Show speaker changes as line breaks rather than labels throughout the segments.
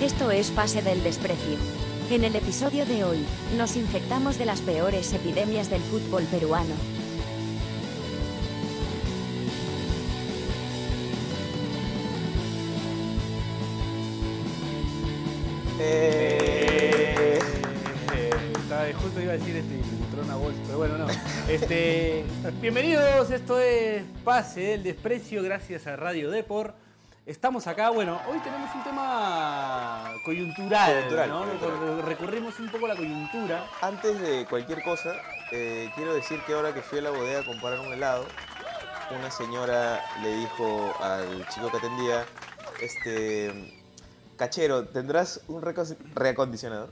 Esto es Fase del Desprecio. En el episodio de hoy, nos infectamos de las peores epidemias del fútbol peruano.
Eh, estaba- justo iba a decir este, y me entró una voz, pero bueno, no. Este, bienvenidos, esto es Pase del Desprecio, gracias a Radio Depor. Estamos acá, bueno, hoy tenemos un tema coyuntural,
Coyuntural,
¿no?
coyuntural.
Recurrimos un poco a la coyuntura.
Antes de cualquier cosa, eh, quiero decir que ahora que fui a la bodega a comprar un helado, una señora le dijo al chico que atendía, este, cachero, ¿tendrás un reco- reacondicionador?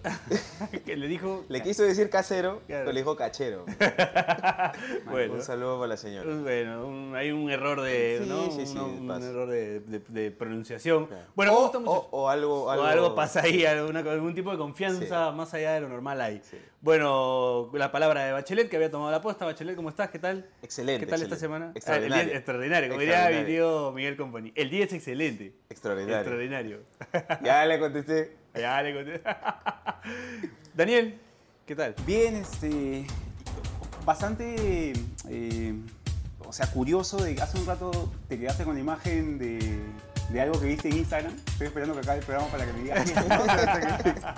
que le dijo...
Le quiso decir casero,
Claro.
pero le dijo cachero.
Bueno.
Un saludo para la señora.
Bueno, un- hay un error de,
Sí,
¿no?
sí, sí,
un, un
pasa.
error de, de- de pronunciación. Bueno, ¿cómo
o,
estamos?
o- o algo,
O
algo,
algo, pasa ahí, alguna- algún tipo de confianza más allá de lo normal hay.
Sí.
Bueno, la palabra de Bachelet, que había tomado la posta. Bachelet, ¿cómo estás? ¿Qué tal?
Excelente.
¿Qué tal esta
excelente.
semana? Ah, el día-
Extraordinario.
extraordinario, como diría mi
Extraordinario.
tío Miguel Company. El día es excelente.
Extraordinario.
Extraordinario.
Ya le contesté.
Ya le conté. Daniel, ¿qué tal?
Bien, este, bastante, eh, o sea, curioso. De, hace un rato te quedaste con la imagen de, de algo que viste en Instagram. Estoy esperando que acabe el programa para que me digas.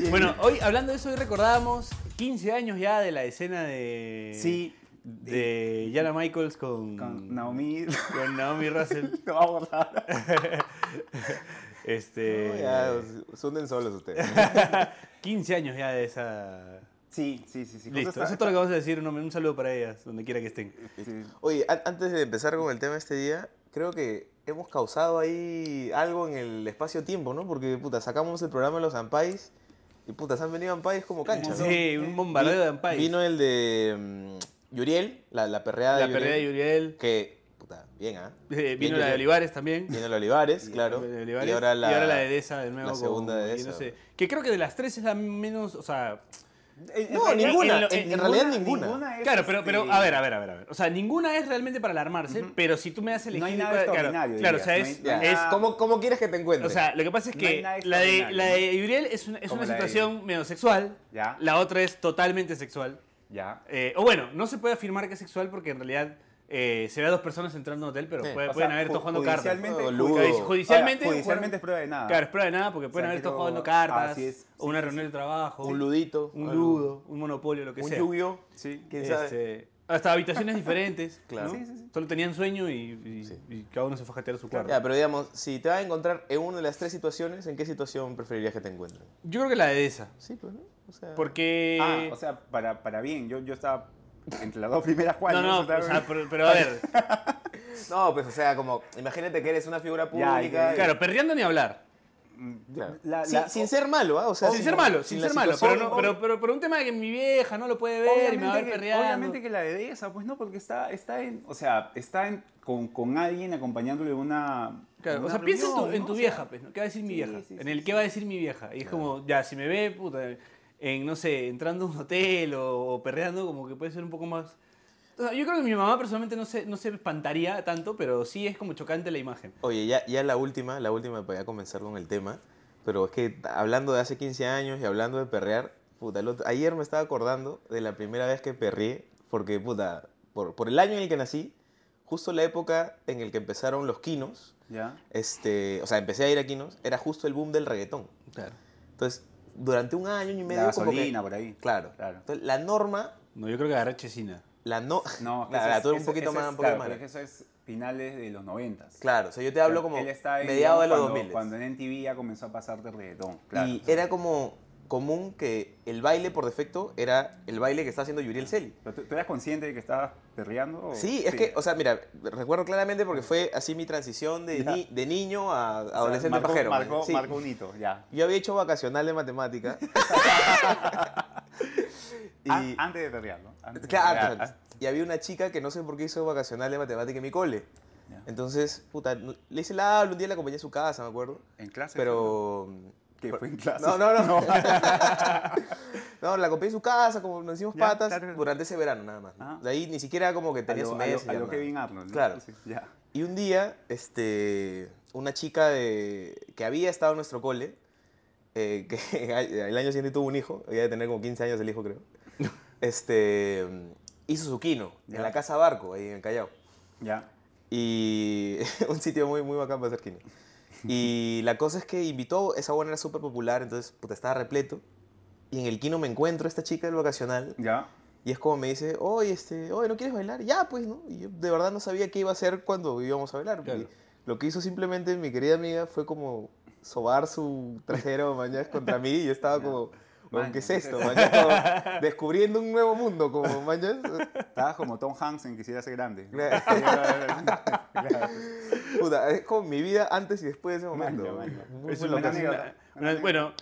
Bien.
Bueno, hoy hablando de eso, hoy recordábamos 15 años ya de la escena de.
sí,
De Yana Michaels con.
con Naomi
Con Naomi Russell.
lo va a borrar.
Este.
No, ya, se hunden solos ustedes.
15 años ya de esa.
Sí, sí, sí, sí.
Listo,
Cosa-
eso es todo lo que vamos a decir. Un, un saludo para ellas, donde quiera que estén.
Sí.
Oye, an- antes de empezar con el tema de este día, creo que hemos causado ahí algo en el espacio-tiempo, ¿no? Porque, puta, sacamos el programa de los Ampais y, puta, se han venido Ampais como cancha, ¿no?
Sí, un bombardeo de Ampais.
Vino el de mm, Yuriel, la, la perreada
la
de
pelea de
Yuriel,
Yuriel.
Que, puta, bien, ¿ah?
eh,
Bien,
vino la de
Yuriel.
Olivares también.
Vino la de Olivares, claro.
La de Olivares.
Y ahora la,
de Deza de nuevo.
la segunda
con-
de
y no
Deza.
sé. Que creo que de las tres es la menos. O sea.
En-
No,
en realidad,
ninguna,
lo-
en- en realidad ninguna.
es,
Claro, pero, pero
este,
a ver, a ver, a ver, a ver. O sea, ninguna es realmente para alarmarse, pero si tú me das elegir.
No hay nada
cuál-
extraordinario,
Claro, claro, o sea,
dirías,
es.
no hay- no hay
es-
nada-
¿Cómo, cómo quieres que te encuentre?
o sea, lo que pasa es
No
que
hay nada
la, de,
extraordinario,
la de Yuriel es una, es
Como
una
la de-
situación medio sexual.
Ya.
La otra es totalmente sexual.
Ya.
Eh, o bueno, no se puede afirmar que es sexual porque en realidad eh, se ve a dos personas entrando a un hotel, pero
Sí.
puede-
O
pueden
sea,
haber
ju-
todos jugando cartas.
judicialmente-
Boludo.
judicialmente-
Judicialmente,
Ahora, judicialmente
jugaron-
es prueba de nada.
Claro, es prueba de nada porque pueden
O sea,
haber todos
creo-
jugando cartas,
así es.
o una
Sí, sí,
reunión de trabajo,
un ludito.
un
algo.
ludo, un monopolio, lo que
Un
sea.
lluvio.
Sí.
¿Quién sabe?
Este, hasta habitaciones diferentes.
Claro.
¿no?
Sí, sí, sí.
Solo tenían sueño y, y-
Sí.
y cada uno se fue a jatear a su cuarto.
Ya, pero digamos, si te vas a encontrar en una de las tres situaciones, ¿en qué situación preferirías que te encuentren?
Yo creo que la de esa.
Sí, pues, ¿no? O sea,
Porque.
Ah, o sea, para, para bien, yo, yo estaba entre las dos primeras
no,
cuadras.
no,
Estaba-
o sea, pero, pero a ver.
No, pues, o sea, como, imagínate que eres una figura
Ya,
pública.
ya,
y-
Claro, perdiendo ni hablar. Mm,
claro.
mm, La-
sin,
la-
sin ser malo, ¿ah? O sea,
sin
sin-
ser malo,
sin
sin
la
ser malo. Pero,
situación,
no, pero, pero por un tema de que mi vieja no lo puede ver y me va a ver
obviamente, que,
perreando.
obviamente que la de esa, pues no, porque está, está en, o sea, está en, con, con alguien acompañándole a una.
Claro,
una
o sea, piensa en tu,
reunión,
en
¿no?
tu
O sea,
vieja, pues, ¿no? ¿Qué va a decir mi
sí,
vieja?
sí,
en
sí,
el
sí.
qué va a decir mi vieja. Y es como, ya, si me ve, puta, en, no sé, entrando a un hotel o, o perreando, como que puede ser un poco más... O sea, yo creo que mi mamá personalmente no se, no se espantaría tanto, pero sí es como chocante la imagen.
Oye, ya, ya la última, la última para ya comenzar con el tema. Pero es que hablando de hace 15 años y hablando de perrear, puta, el otro- ayer me estaba acordando de la primera vez que perreé, porque, puta, por, por el año en el que nací, justo la época en el que empezaron los quinos,
Ya.
este, o sea, empecé a ir a quinos, era justo el boom del reggaetón.
Claro.
Entonces, durante un año y medio.
La
como que-
gasolina por ahí.
claro.
Claro.
Entonces, la norma,
No, yo creo que agarré chesina.
la no.
No, es que
la,
eso
la
es-
tuve un
eso-
poquito
eso
más,
es-
un poquito
claro,
más.
pero es que eso es finales de los 90.
Claro, o sea, yo te hablo como
Él está en,
mediados de los
digamos,
2000.
Cuando, cuando en NTV ya comenzó a pasar de reggaetón. Claro.
y era como común que el baile por defecto era el baile que está haciendo Yuriel Celi.
Pero ¿Tú, tú eras consciente de que estabas perreando? o-
Sí, es que, o sea, mira, recuerdo claramente porque fue así mi transición de, ni- de niño a
O sea,
adolescente
marcó-
pajero.
Marcó,
Sí.
marcó un hito, ya.
Yo había hecho vacacional de matemática. y,
An- Ah, antes de perrear, ¿no? Antes de Ah,
Claro,
perrear,
antes, antes. Y había una chica que no sé por qué hizo vacacional de matemática en mi cole.
Ya.
Entonces, puta, no- le hice la habla, un día la acompañé a su casa, me acuerdo.
En clase.
Pero...
Que fue en clase.
No, no, no. no, la acompañé a su casa, como nos hicimos
Ya,
patas
claro, claro.
durante ese verano nada más. ¿no?
Ah.
De ahí ni siquiera como que
A
tenía
lo,
su
a lo-
mes.
a lo Kevin Arnold. ¿no?
Claro.
Sí, ya.
Y un día, este, una chica de, que había estado en nuestro cole eh, que el año siguiente tuvo un hijo, ya de tener como 15 años el hijo, creo. Este, hizo su quino en
Ya.
la Casa Barco, ahí en Callao.
Ya.
Y un sitio muy, muy bacán para hacer quino. Y la cosa es que invitó, esa buena era súper popular, entonces puta, estaba repleto. Y en el quino me encuentro a esta chica del vacacional
Ya.
y es como me dice, oye, este, oye, ¿no quieres bailar? Ya, pues, ¿no? Y yo de verdad no sabía qué iba a hacer cuando íbamos a bailar.
Claro.
Y Lo que hizo simplemente mi querida amiga fue como sobar su trasero, mañana contra mí y yo estaba como,
Mañas,
¿qué es
¿qué es
esto?
esto?
mañas? Como descubriendo un nuevo mundo, como, mañas.
Estabas como Tom Hanks en Quisiera ser grande.
Claro. Puta, es como mi vida antes y después de ese
Maña,
momento.
maña.
Muy
Es
loco.
una
Una-
anécdota.
una- bueno,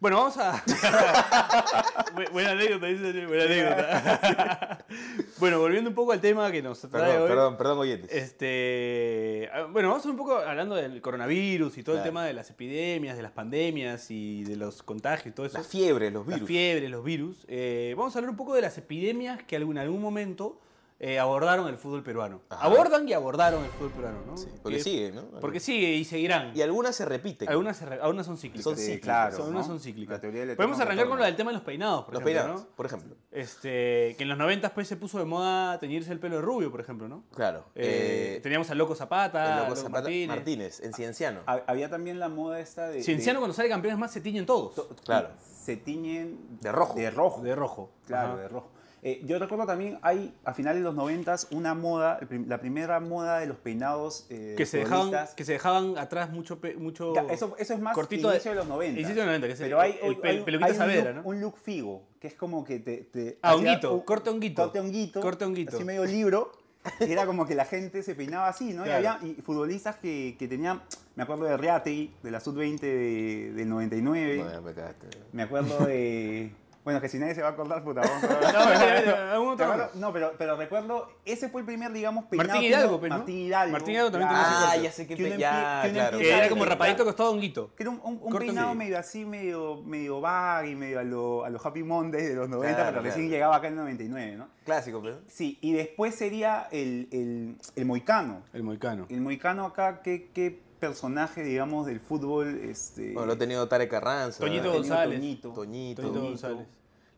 bueno, vamos a. Bu- buena anécdota, dice. Buena anécdota. bueno, volviendo un poco al tema que nos trae
Perdón,
hoy.
perdón, perdón, oyentes.
Este, ah, bueno, vamos un poco hablando del coronavirus y todo el
Claro.
tema de las epidemias, de las pandemias y de los contagios y todo eso.
La fiebre, los
Las
virus.
fiebres, los virus. Eh, vamos a hablar un poco de las epidemias que algún- en algún momento eh, abordaron el fútbol peruano.
Ajá.
Abordan y abordaron el fútbol peruano, ¿no?
Sí, porque
Que-
sigue, ¿no?
eh, Porque sigue y seguirán.
Y algunas se repiten.
algunas, se re- algunas son cíclicas.
Son
Sí,
cíclicas,
claro.
Son-
¿no?
Algunas son cíclicas.
La teoría del
Podemos
eterno
arrancar con
retorno.
lo del tema de los peinados, por
Los
ejemplo,
peinados,
¿no?
por ejemplo.
Este, que en los 90 pues, se puso de moda teñirse el pelo rubio, por ejemplo, ¿no?
Claro.
Eh,
eh,
teníamos al Loco Zapata,
El
al
loco
Loco,
Zapata Martínez,
Martínez.
en Cienciano.
Ha- Había también la moda esta de.
Cienciano
de-
cuando sale campeón es más se tiñen todos.
to-
Claro.
Se tiñen.
De rojo.
De rojo.
De rojo.
Claro,
Ajá.
de rojo. Eh, yo recuerdo también, hay a finales de los 90 una moda, el prim- la primera moda de los peinados eh,
Que se, dejaban,
futbolistas.
que se dejaban atrás mucho... pe- mucho
Ya, eso, eso es más
cortito de-
inicio de, los 90.
inicio de los 90, que es el-
Pero hay,
el
hay-
pel-
hay un-
peluquita
hay un
Saavedra,
look-
¿no?
Un look figo, que es como que te... te
Ah,
hacía
honguito, corte honguito.
Corte honguito.
Corte honguito.
Así medio libro. y Era como que la gente se peinaba así, ¿no?
Claro.
Y había y futbolistas que, que tenían... Me acuerdo de Reategui, de la Sub-20 de- del 99.
No, ya me cagaste.
Me acuerdo de... Bueno, que si nadie se va a acordar, puta, vamos a
No, mentira, mentira, algún
¿Te
otro
acuerdas?
nombre.
No, pero, pero recuerdo, ese fue el primer, digamos, peinado.
Martín
que
Hidalgo,
uno-
pues, ¿no?
Martín Hidalgo.
Martín Hidalgo también tenía ese
Ah,
corte.
ya sé que
Que uno
pe-
empie-
ya,
que uno
claro.
Que era como
Claro.
rapadito costado honguito.
Que era un, un- un
Corto
peinado
sí.
medio así, medio, medio baggy, medio a los a lo Happy Mondays de los 90,
Claro,
pero recién
claro.
llegaba acá en el 99, ¿no?
Clásico, pues. pero.
Sí, y después sería el, el, el moicano.
El moicano.
El moicano acá, ¿qué, qué personaje, digamos, del fútbol? Este,
Bueno, lo ha tenido Tarek Carranza.
Toñito
ha tenido
González.
Toñito.
Toñito.
Toñito González.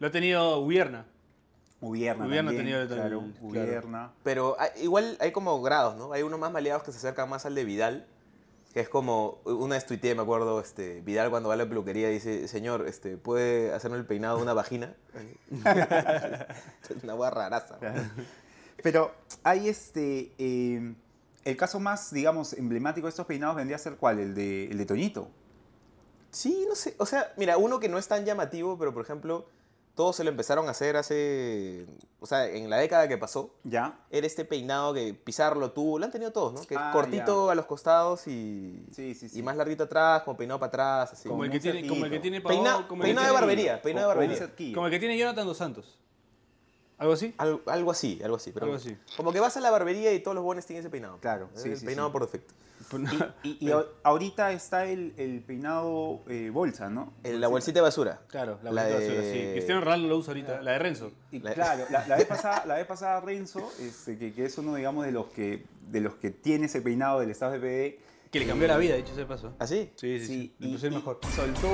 Lo ha tenido Ubierna.
Ubierna
Ubierna
también,
tenía también,
claro,
claro.
Ubierna.
Pero hay- igual hay como grados, ¿no? Hay unos más maleados que se acercan más al de Vidal. Que es como, una vez tuiteé, me acuerdo, este, Vidal cuando va a la peluquería dice, señor, este, ¿puede hacerme el peinado de una vagina? una hueá raraza.
Pero hay este... eh, el caso más, digamos, emblemático de estos peinados vendría a ser ¿cuál? El de, el de Toñito.
Sí, no sé. O sea, mira, uno que no es tan llamativo, pero por ejemplo, todos se lo empezaron a hacer hace. O sea, en la década que pasó.
¿Ya?
Era este peinado que Pizarro tuvo, lo han tenido todos, ¿no? Que es
Ah,
cortito a los costados y.
Sí, sí, sí.
Y más larguito atrás, como peinado para atrás, así.
Como el
un
que tiene, como el que
cerquito.
tiene Pavón,
Peina-
como el que
peinado de
tiene-
barbería, peinado de
Con- con un
barbería.
cerquillo.
Como el que tiene Jonathan dos Santos. ¿Algo así?
Al- algo así, algo así, pero.
Algo así.
Como que vas a la barbería y todos los buenos tienen ese peinado.
Claro,
Es
sí,
el
sí,
Peinado
sí.
por defecto.
Y, y a- ahorita está el, el peinado eh, bolsa, ¿no?
El- la bolsita de basura.
Claro, la,
La
bolita
de-
de basura, sí. Cristiano Ronaldo lo usa ahorita, la de Renzo.
Y
La-
claro, la, la vez pasada, la vez pasada Renzo, este, que, que es uno, digamos, de los que de los que tiene ese peinado del Estado de PD.
Que le cambió la vida, dicho sea de paso.
¿Así?
Sí, sí, sí. Le puso el mejor.
soltó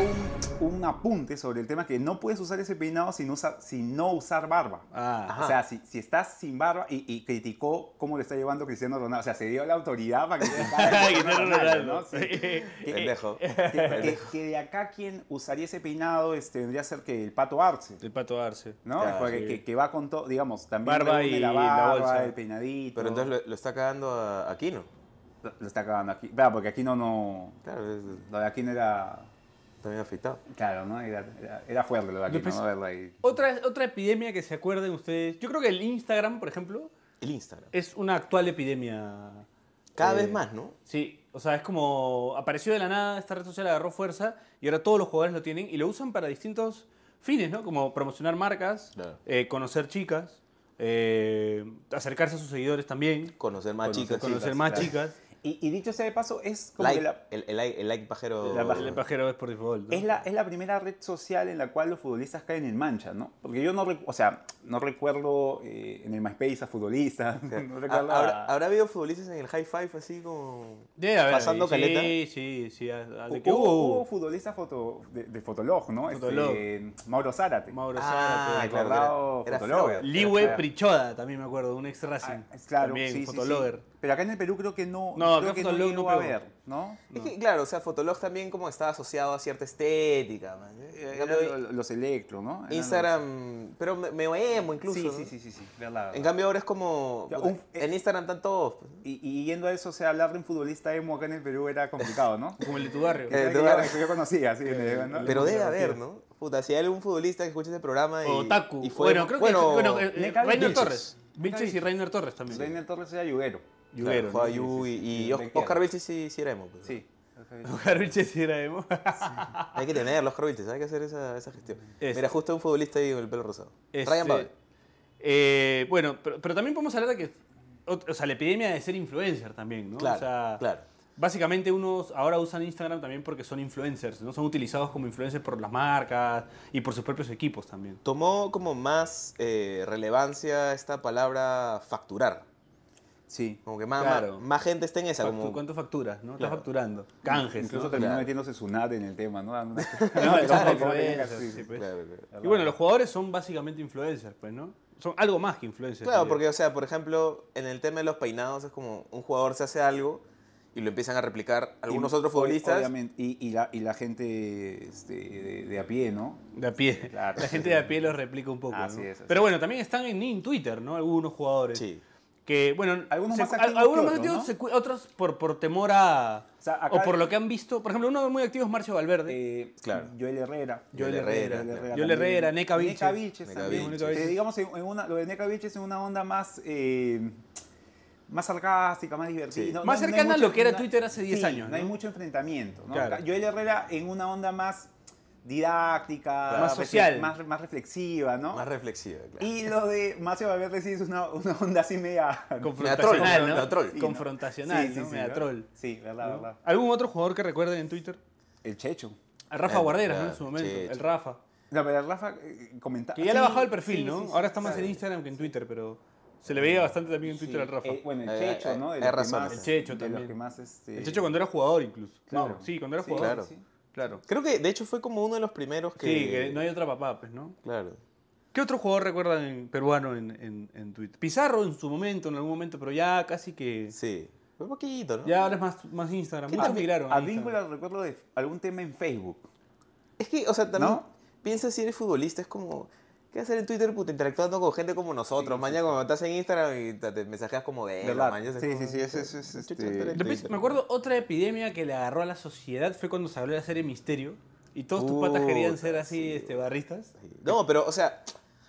un, un apunte sobre el tema que no puedes usar ese peinado sin, usa- sin no usar barba.
Ah,
Ajá.
O sea, si, si estás sin barba y, y criticó cómo lo está llevando Cristiano Ronaldo, o sea, se dio la autoridad para que
Cristiano Ronaldo.
¿no? Sí. Que-
Eh,
Pendejo.
que, que- que de acá quien usaría ese peinado este, vendría a ser que el pato Arce,
El pato Arce.
¿no?
Claro,
Porque-
sí.
que, que va con todo, digamos, también
Barba
reúne
y
la
la
barba,
bolsa.
el peinadito.
Pero entonces lo, lo está cagando a Aquino.
lo, lo está acabando aquí. Claro, porque aquí no, no,
Claro, es-
lo de aquí no era,
también afectado.
claro, ¿no? Era, era, era fuerte lo de aquí,
Después-
¿no? Verlo ahí.
Otra, otra epidemia que se acuerden ustedes. Yo creo que el Instagram, por ejemplo,
El Instagram.
es una actual epidemia.
Cada
Eh,
vez más, ¿no?
Sí, o sea, es como apareció de la nada, esta red social agarró fuerza y ahora todos los jugadores lo tienen y lo usan para distintos fines, ¿no? Como promocionar marcas,
Claro.
eh, conocer chicas, eh, acercarse a sus seguidores también,
Conocer más
Conocer
chicas.
conocer
chicas,
más
claro.
chicas.
Y, y dicho sea de paso, es como
Like,
que la,
el, el like, el like pajero.
La paj-
El pajero es por default. ¿no?
es, la, es la primera red social en la cual los futbolistas caen en mancha, ¿no? Porque yo no, recu- o sea, no recuerdo eh, en el MySpace a futbolistas,
O sea,
no
ha-
recuerdo a-
¿habrá, habrá habido futbolistas en el high five así como.
Debe haber,
pasando
sí,
caleta.
Sí, sí, sí. a- a- de que
Hubo, hubo
hubo.
futbolistas foto, de, de Fotolog, ¿no? Este,
Fotolog.
Mauro Zárate.
Mauro
Ah,
Zárate.
claro,
Colorado,
era- era
fotólogo.
Flower.
Liwe
Ah,
Prichoda, también me acuerdo, un ex Racing.
Ah, claro,
también,
sí, sí,
fotologer.
sí. Pero acá en el Perú creo que no,
No, acá
creo que no
Fotolog
llegó
no
a
pegó.
ver, ¿no?
Es
No.
que, claro, o sea, Fotolog también como estaba asociado a cierta estética. man. ¿eh? En
Eran
cambio,
lo- los electro, ¿no? Eran los-
Instagram, pero me, me emo incluso.
Sí,
¿no?
sí, sí, sí, sí, verdad.
En
verdad.
cambio ahora es como...
Ya, un-
en Instagram están todos. pues.
Y, y yendo a eso, o sea, hablar de un futbolista emo acá en el Perú era complicado, ¿no?
Como el de tu barrio.
que,
Eh,
que
tú-
yo, que yo conocía, sí. ¿no?
Pero debe haber, ¿no? Puta, si hay algún futbolista que escuche este programa y...
o Taku.
y fue-
bueno, creo que.
bueno,
Bueno, eh, eh,
Neca
Reiner
Vilches.
Torres. Vilches y
Vilches.
Reiner Torres también.
Reiner Torres era yuguero.
claro,
Yuguero,
jugaba
¿no? Sí,
Yu y, y
Sí,
Os-
me queda.
Oscar Vilches sí, sí era emo, pues.
Sí.
Oscar Vilches sí era emo.
Hay que tenerlo, Oscar Vilches, hay que hacer esa, esa gestión.
Este.
Mira, justo un futbolista ahí con el pelo rosado.
Este,
Ryan Babel.
eh, bueno, pero, pero también podemos hablar de que. O, o sea, la epidemia de ser influencer también, ¿no?
Claro,
o sea,
claro.
Básicamente unos ahora usan Instagram también porque son influencers, ¿no? Son utilizados como influencers por las marcas y por sus propios equipos también.
Tomó como más eh, relevancia esta palabra facturar.
Sí.
Como que más,
Claro.
más, más gente está en esa.
Factu-
Como,
¿Cuánto facturas? ¿no?
Claro.
Estás facturando. Canjes.
Incluso
¿no?
terminó
Claro.
metiéndose su nat en el tema, ¿no? Dando-
No,
Dando-
son
Dando-
influencers,
sí,
sí, pues.
Claro, claro.
Y bueno, los jugadores son básicamente influencers, pues, ¿no? Son algo más que influencers.
Claro,
diría.
porque, o sea, por ejemplo, en el tema de los peinados es como un jugador se hace algo y lo empiezan a replicar algunos
Y-
otros
ob-
futbolistas.
Obviamente. Y, y la, y la gente este, de, de a pie, ¿no?
De a pie.
Claro.
La gente de a pie los replica un poco.
Así
¿no?
es, así
Pero bueno, también están en, en Twitter, ¿no? Algunos jugadores.
Sí.
Que, bueno,
Algunos
se-
más
a-
activos
algunos
que
más
otros,
activos,
¿no?
se cu- otros por, por temor a.
O sea, acá-
o por lo que han visto. Por ejemplo, uno muy activo es Marcio Valverde.
Eh,
Claro.
Joel Herrera.
Joel Herrera,
Joel
también.
Herrera, Neca Vilches.
Neca Vilches
Neca
también.
Vilches.
Eh, digamos, en en una, lo de Neca Vilches es una onda más... eh, más sarcástica, más divertida.
Sí.
No-
Más
no- no hay
cercana a
mucho-
lo que era
no-
Twitter hace 10
sí,
años,
No hay
¿no?
mucho enfrentamiento. ¿no?
Claro.
Acá Joel Herrera en una onda más didáctica,
Más
refle-
social.
más, más reflexiva, ¿no?
Más reflexiva, claro.
y lo de Macio Valverde sí es una, una onda así media
confrontacional,
me
¿no?
da troll,
Sí, ¿no?
Confrontacional,
Sí, sí,
¿no?
sí,
Me da
¿no?
troll.
Sí, verdad,
¿no?
verdad.
¿Algún otro jugador que recuerden en Twitter?
El Checho.
A Rafa
Claro,
Guarderas, ¿no?
claro,
En su momento.
sí,
el
sí.
Rafa.
No, pero Rafa eh, comentaba.
Que ya le ha
Sí,
bajado el perfil,
sí,
¿no?
sí, sí,
Ahora está más
claro.
en Instagram que en Twitter, pero se le veía bastante también en Twitter
Sí,
al Rafa.
eh, bueno, el
Hay-
Checho,
hay-
¿no? De
hay
los que
razones.
más-
El Checho
de los
también.
que más, este,
el Checho cuando era jugador incluso.
Claro.
No, sí, cuando era
Sí,
jugador.
claro.
sí, sí.
Claro.
Creo que, de hecho, fue como uno de los primeros que...
Sí, que no hay otra papá, pues, ¿no?
Claro.
¿Qué otro jugador recuerdan en peruano en, en, en Twitter? Pizarro en su momento, en algún momento, pero ya casi que.
Sí. Fue poquito, ¿no?
Ya ahora es más, más Instagram.
¿Qué
Muchos
A-
migraron.
Ah, A
Instagram.
vínculo recuerdo de algún tema en Facebook.
Es que, o sea, también
¿No?
piensa si eres futbolista, es como... ¿Qué hacer en Twitter, puta, interactuando con gente como nosotros? mañana cuando estás en Instagram y te, te mensajeas como de...
¿Verdad?
mañana es
Sí,
como-
sí, sí, eso- eso es,
Chucha,
este,
estar en
Después,
Twitter.
me acuerdo otra epidemia que le agarró a la sociedad fue cuando se habló de la serie Misterio. Y todos tus patas querían ser
Puta,
así,
sí.
este, barristas.
No, pero, o sea,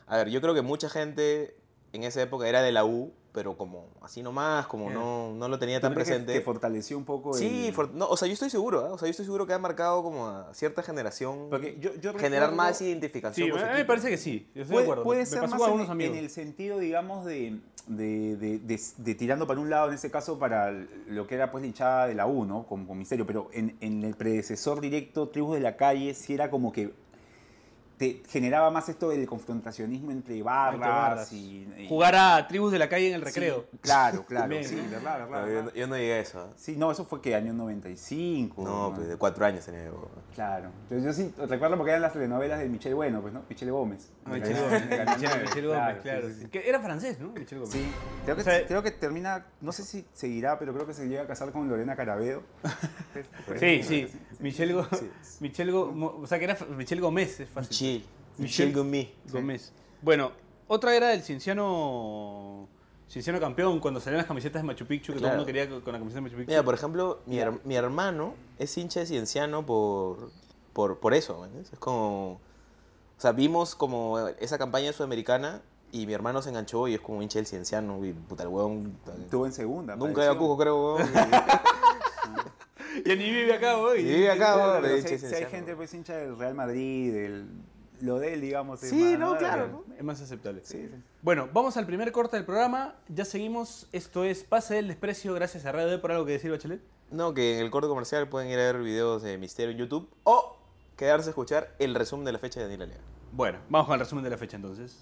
a ver, yo creo que mucha gente en esa época era de la U, pero como así nomás, como
Ya.
no, no lo tenía
Yo
tan
creo Eh. que-
presente.
Que fortaleció un poco
sí,
el...
for- no, o sea, yo estoy seguro, ¿ah? o sea, yo estoy seguro que ha marcado como a cierta generación
Porque yo, yo
generar
recuerdo-
más
Sí,
identificación.
a
con su
mí me
equipo.
parece que sí. Yo estoy de
Puede,
acuerdo.
puede
me
ser
pasó con
más en,
algunos
el-
amigos.
en el sentido, digamos, de, de- de- de- de tirando para un lado, en ese caso, para lo que era pues la hinchada de la U, ¿no? Con, con Misterio, pero en, en el predecesor directo, Tribus de la Calle, sí era como que te generaba más esto del confrontacionismo entre barras,
Entre barras.
y, y-
Jugar a tribus de la calle en el
Sí,
recreo.
claro, claro,
También,
sí,
¿no?
verdad, verdad,
No, yo,
verdad.
no- yo no llegué a eso. ¿ah?
Sí, no, eso fue que año 95.
No,
¿no?
pues de cuatro años tenía yo.
Claro. Yo, yo sí recuerdo porque eran las telenovelas de Michelle Bueno, pues, ¿no? Michelle Gómez.
Michel
Claro,
Ah, Gómez,
claro,
Michel- Michel Gómez,
sí,
claro.
sí, sí.
Que era francés, ¿no? Michel Gómez.
Sí, creo que,
O sea-
creo que termina, no sé si seguirá, pero creo que se llega a casar con Lorena Pues, Carabedo.
Sí, sí. Michel, Go- Michel Go- Mo- o sea que era fr- Michel Gómez, es fácil.
Michel,
Michel
Michel Gumi.
Gómez. Bueno, otra era del Cienciano Cienciano campeón cuando salían las camisetas de Machu Picchu que todo el
Claro.
mundo quería con con la camiseta de Machu Picchu.
Mira, por ejemplo, mi, her- mi hermano es hincha de Cienciano por, por, por eso, ¿me entiendes? Es como... O sea, vimos como esa campaña sudamericana y mi hermano se enganchó y es como hincha del Cienciano y puta el huevón... puta,
Estuvo en segunda.
Nunca iba a Cusco, creo, huevón.
Ya ni vive acá, güey.
Y vive acá,
Claro,
huevón.
pero
pero
si,
hincha de
hay- si hay
Cienciano.
gente pues hincha del Real Madrid, del lo de él, digamos. es
Sí,
más-
no, claro, ¿no?
Es más aceptable.
Sí, sí.
Bueno, vamos al primer corte del programa. Ya seguimos. Esto es Pase del Desprecio. Gracias a Radio D por algo que decir, Bachelet.
No, que en el corte comercial pueden ir a ver videos de Misterio en YouTube o quedarse a escuchar el resumen de la fecha de Daniel Aliaga.
Bueno, vamos con el resumen de la fecha entonces.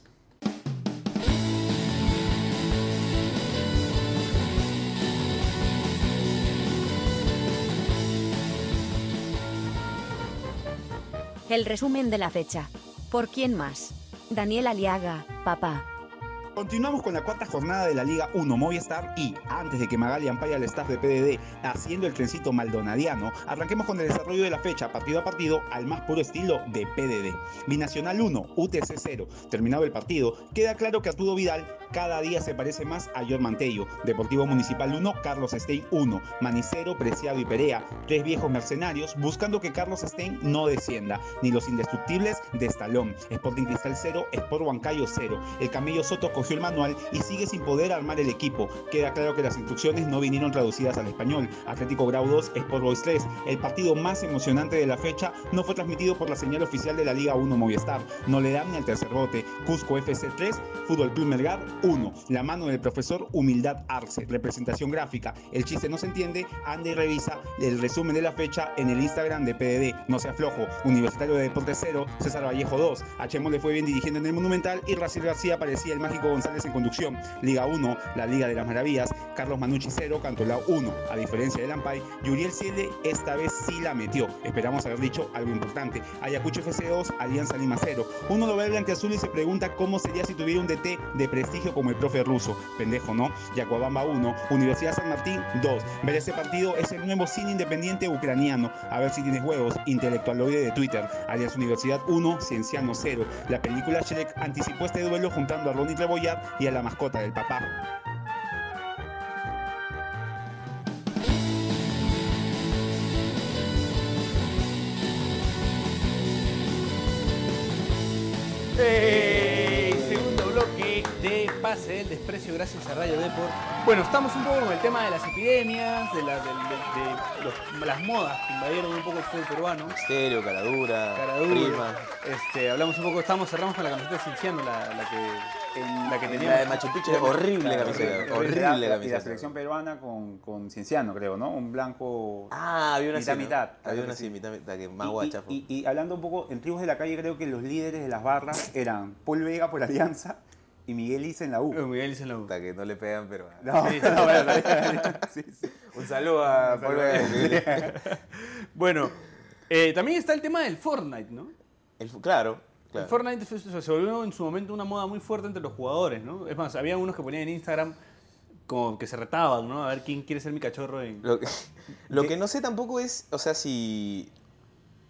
El resumen de la fecha. ¿Por quién más? Daniel Aliaga, papá.
Continuamos con la cuarta jornada de la Liga 1 Movistar y antes de que Magali ampaye al staff de PDD haciendo el trencito maldonadiano, arranquemos con el desarrollo de la fecha partido a partido al más puro estilo de PDD. Binacional 1, UTC 0. Terminado el partido, queda claro que Arturo Vidal cada día se parece más a John Mantello. Deportivo Municipal 1, Carlos Stein 1. Manicero, Preciado y Perea, tres viejos mercenarios buscando que Carlos Stein no descienda, ni los indestructibles de Estalón. Sporting Cristal 0, Sport Huancayo 0. El Camello Soto cogió el manual y sigue sin poder armar el equipo. Queda claro que las instrucciones no vinieron traducidas al español. Atlético Grau 2, Sport Boys 3. El partido más emocionante de la fecha no fue transmitido por la señal oficial de la Liga 1 Movistar. No le dan ni al tercer bote. Cusco FC 3, Fútbol Club Melgar 1. La mano del profesor Humildad Arce. Representación gráfica. El chiste no se entiende. Anda y revisa el resumen de la fecha en el Instagram de PDD. No se aflojo. Universitario de Deporte 0, César Vallejo 2. A Chemo le fue bien dirigiendo en el Monumental y Raciel García parecía el mágico González en conducción. Liga 1, la Liga de las Maravillas. Carlos Manucci 0, Cantolao 1. A diferencia del Ampay, Yuriel Ciele esta vez sí la metió. Esperamos haber dicho algo importante. Ayacucho FC2, Alianza Lima 0. Uno lo ve blanque azul y se pregunta cómo sería si tuviera un DT de prestigio como el profe ruso. Pendejo, ¿no? Yacuabamba 1, Universidad San Martín 2. Ver este partido es el nuevo cine independiente ucraniano. A ver si tienes huevos, intelectualoide de Twitter. Alianza Universidad 1, Cienciano 0. La película Shrek anticipó este duelo juntando a Ronnie Trebollar y a la mascota del papá.
¡Ey! Segundo bloque de Pase del Desprecio gracias a Radio Deport. Bueno, estamos un poco con el tema de las epidemias, de, la- de- de- de los- las modas que invadieron un poco el fútbol peruano.
Misterio, Caradura,
Caradura.
Prima.
Este, hablamos un poco, estamos, cerramos con la camiseta Cienciano, la, la que, la que teníamos.
La de Machu Picchu, horrible camiseta,
Y la-
horrible
Y la
camiseta.
selección peruana con, con Cienciano, creo, ¿no? Un blanco.
Ah, había una
Mitad,
así, ¿no?
mitad,
Había
claro
una
que
así,
sí.
mitad, mitad, que más
Y- y-
guachafo.
Y, y hablando un poco, en Tribus de la Calle creo que los líderes de las barras eran Paul Vega por Alianza y Miguel Isa en la U.
Eh, Miguel dice en la U.
Puta, que no le pegan, pero...
No,
Sí.
no, bueno, también- sí, sí.
Un saludo a Pablo Gallegos.
Bueno, eh, también está el tema del Fortnite, ¿no?
El fu- Claro, claro.
El Fortnite fue- se se volvió en su momento una moda muy fuerte entre los jugadores, ¿no? Es más, había unos que ponían en Instagram como que se retaban, ¿no? A ver quién quiere ser mi cachorro en...
Lo que, lo
¿Qué?
que no sé tampoco es, o sea, si,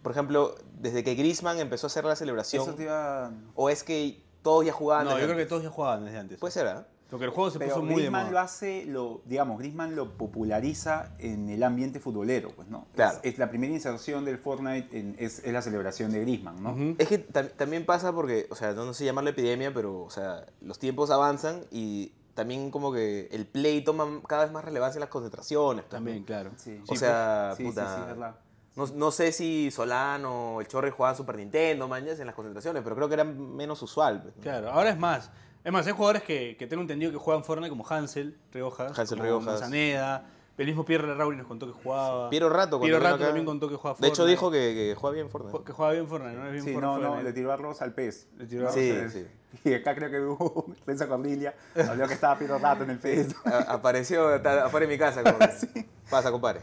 por ejemplo, desde que Griezmann empezó a hacer la
Eso
celebración,
te iba.
o es que todos ya jugaban.
No, yo
desde
creo que
antes.
todos ya jugaban desde antes.
Puede ser, ¿ah?
Porque el juego se
Pero
puso muy de
Griezmann lo
moda.
hace, lo, digamos, Griezmann lo populariza en el ambiente futbolero, pues, ¿no?
Claro.
Es, es la primera inserción del Fortnite, en- es, es la celebración de Griezmann, ¿no?
Ujú.
Es que tam- también pasa porque, o sea, no, no sé llamarlo epidemia, pero, o sea, los tiempos avanzan y también como que el play toma cada vez más relevancia en las concentraciones. pues,
También, claro.
Sí. pues,
O sea,
Sí, sí,
puta.
sí, es verdad.
No, no sé si Solano o el Chorri jugaban Super Nintendo, mañas, en las concentraciones, pero creo que era menos usual. pues, ¿no?
Claro, ahora es más. Es más, hay jugadores que, que tengo entendido que juegan Fortnite como Hansel, Riojas,
Hansel
como
Riojas.
Manzaneda, el mismo Pierre Raúl nos contó que jugaba.
Piero Rato, cuando
Piero
vino
Rato
acá-
también contó que juega
De hecho,
Fortnite.
dijo que, que juega bien Fortnite.
Ju- que juega bien Fortnite, no es bien
Sí, no,
Fortnite.
no, le tiró arroz al pez.
Le tiró arroz
Sí,
al pez.
sí. Y acá creo que hubo un Renzo Cordilia, habló que estaba Piero Rato en el pez.
A- Apareció está afuera de mi casa. como que, Pasa, compadre.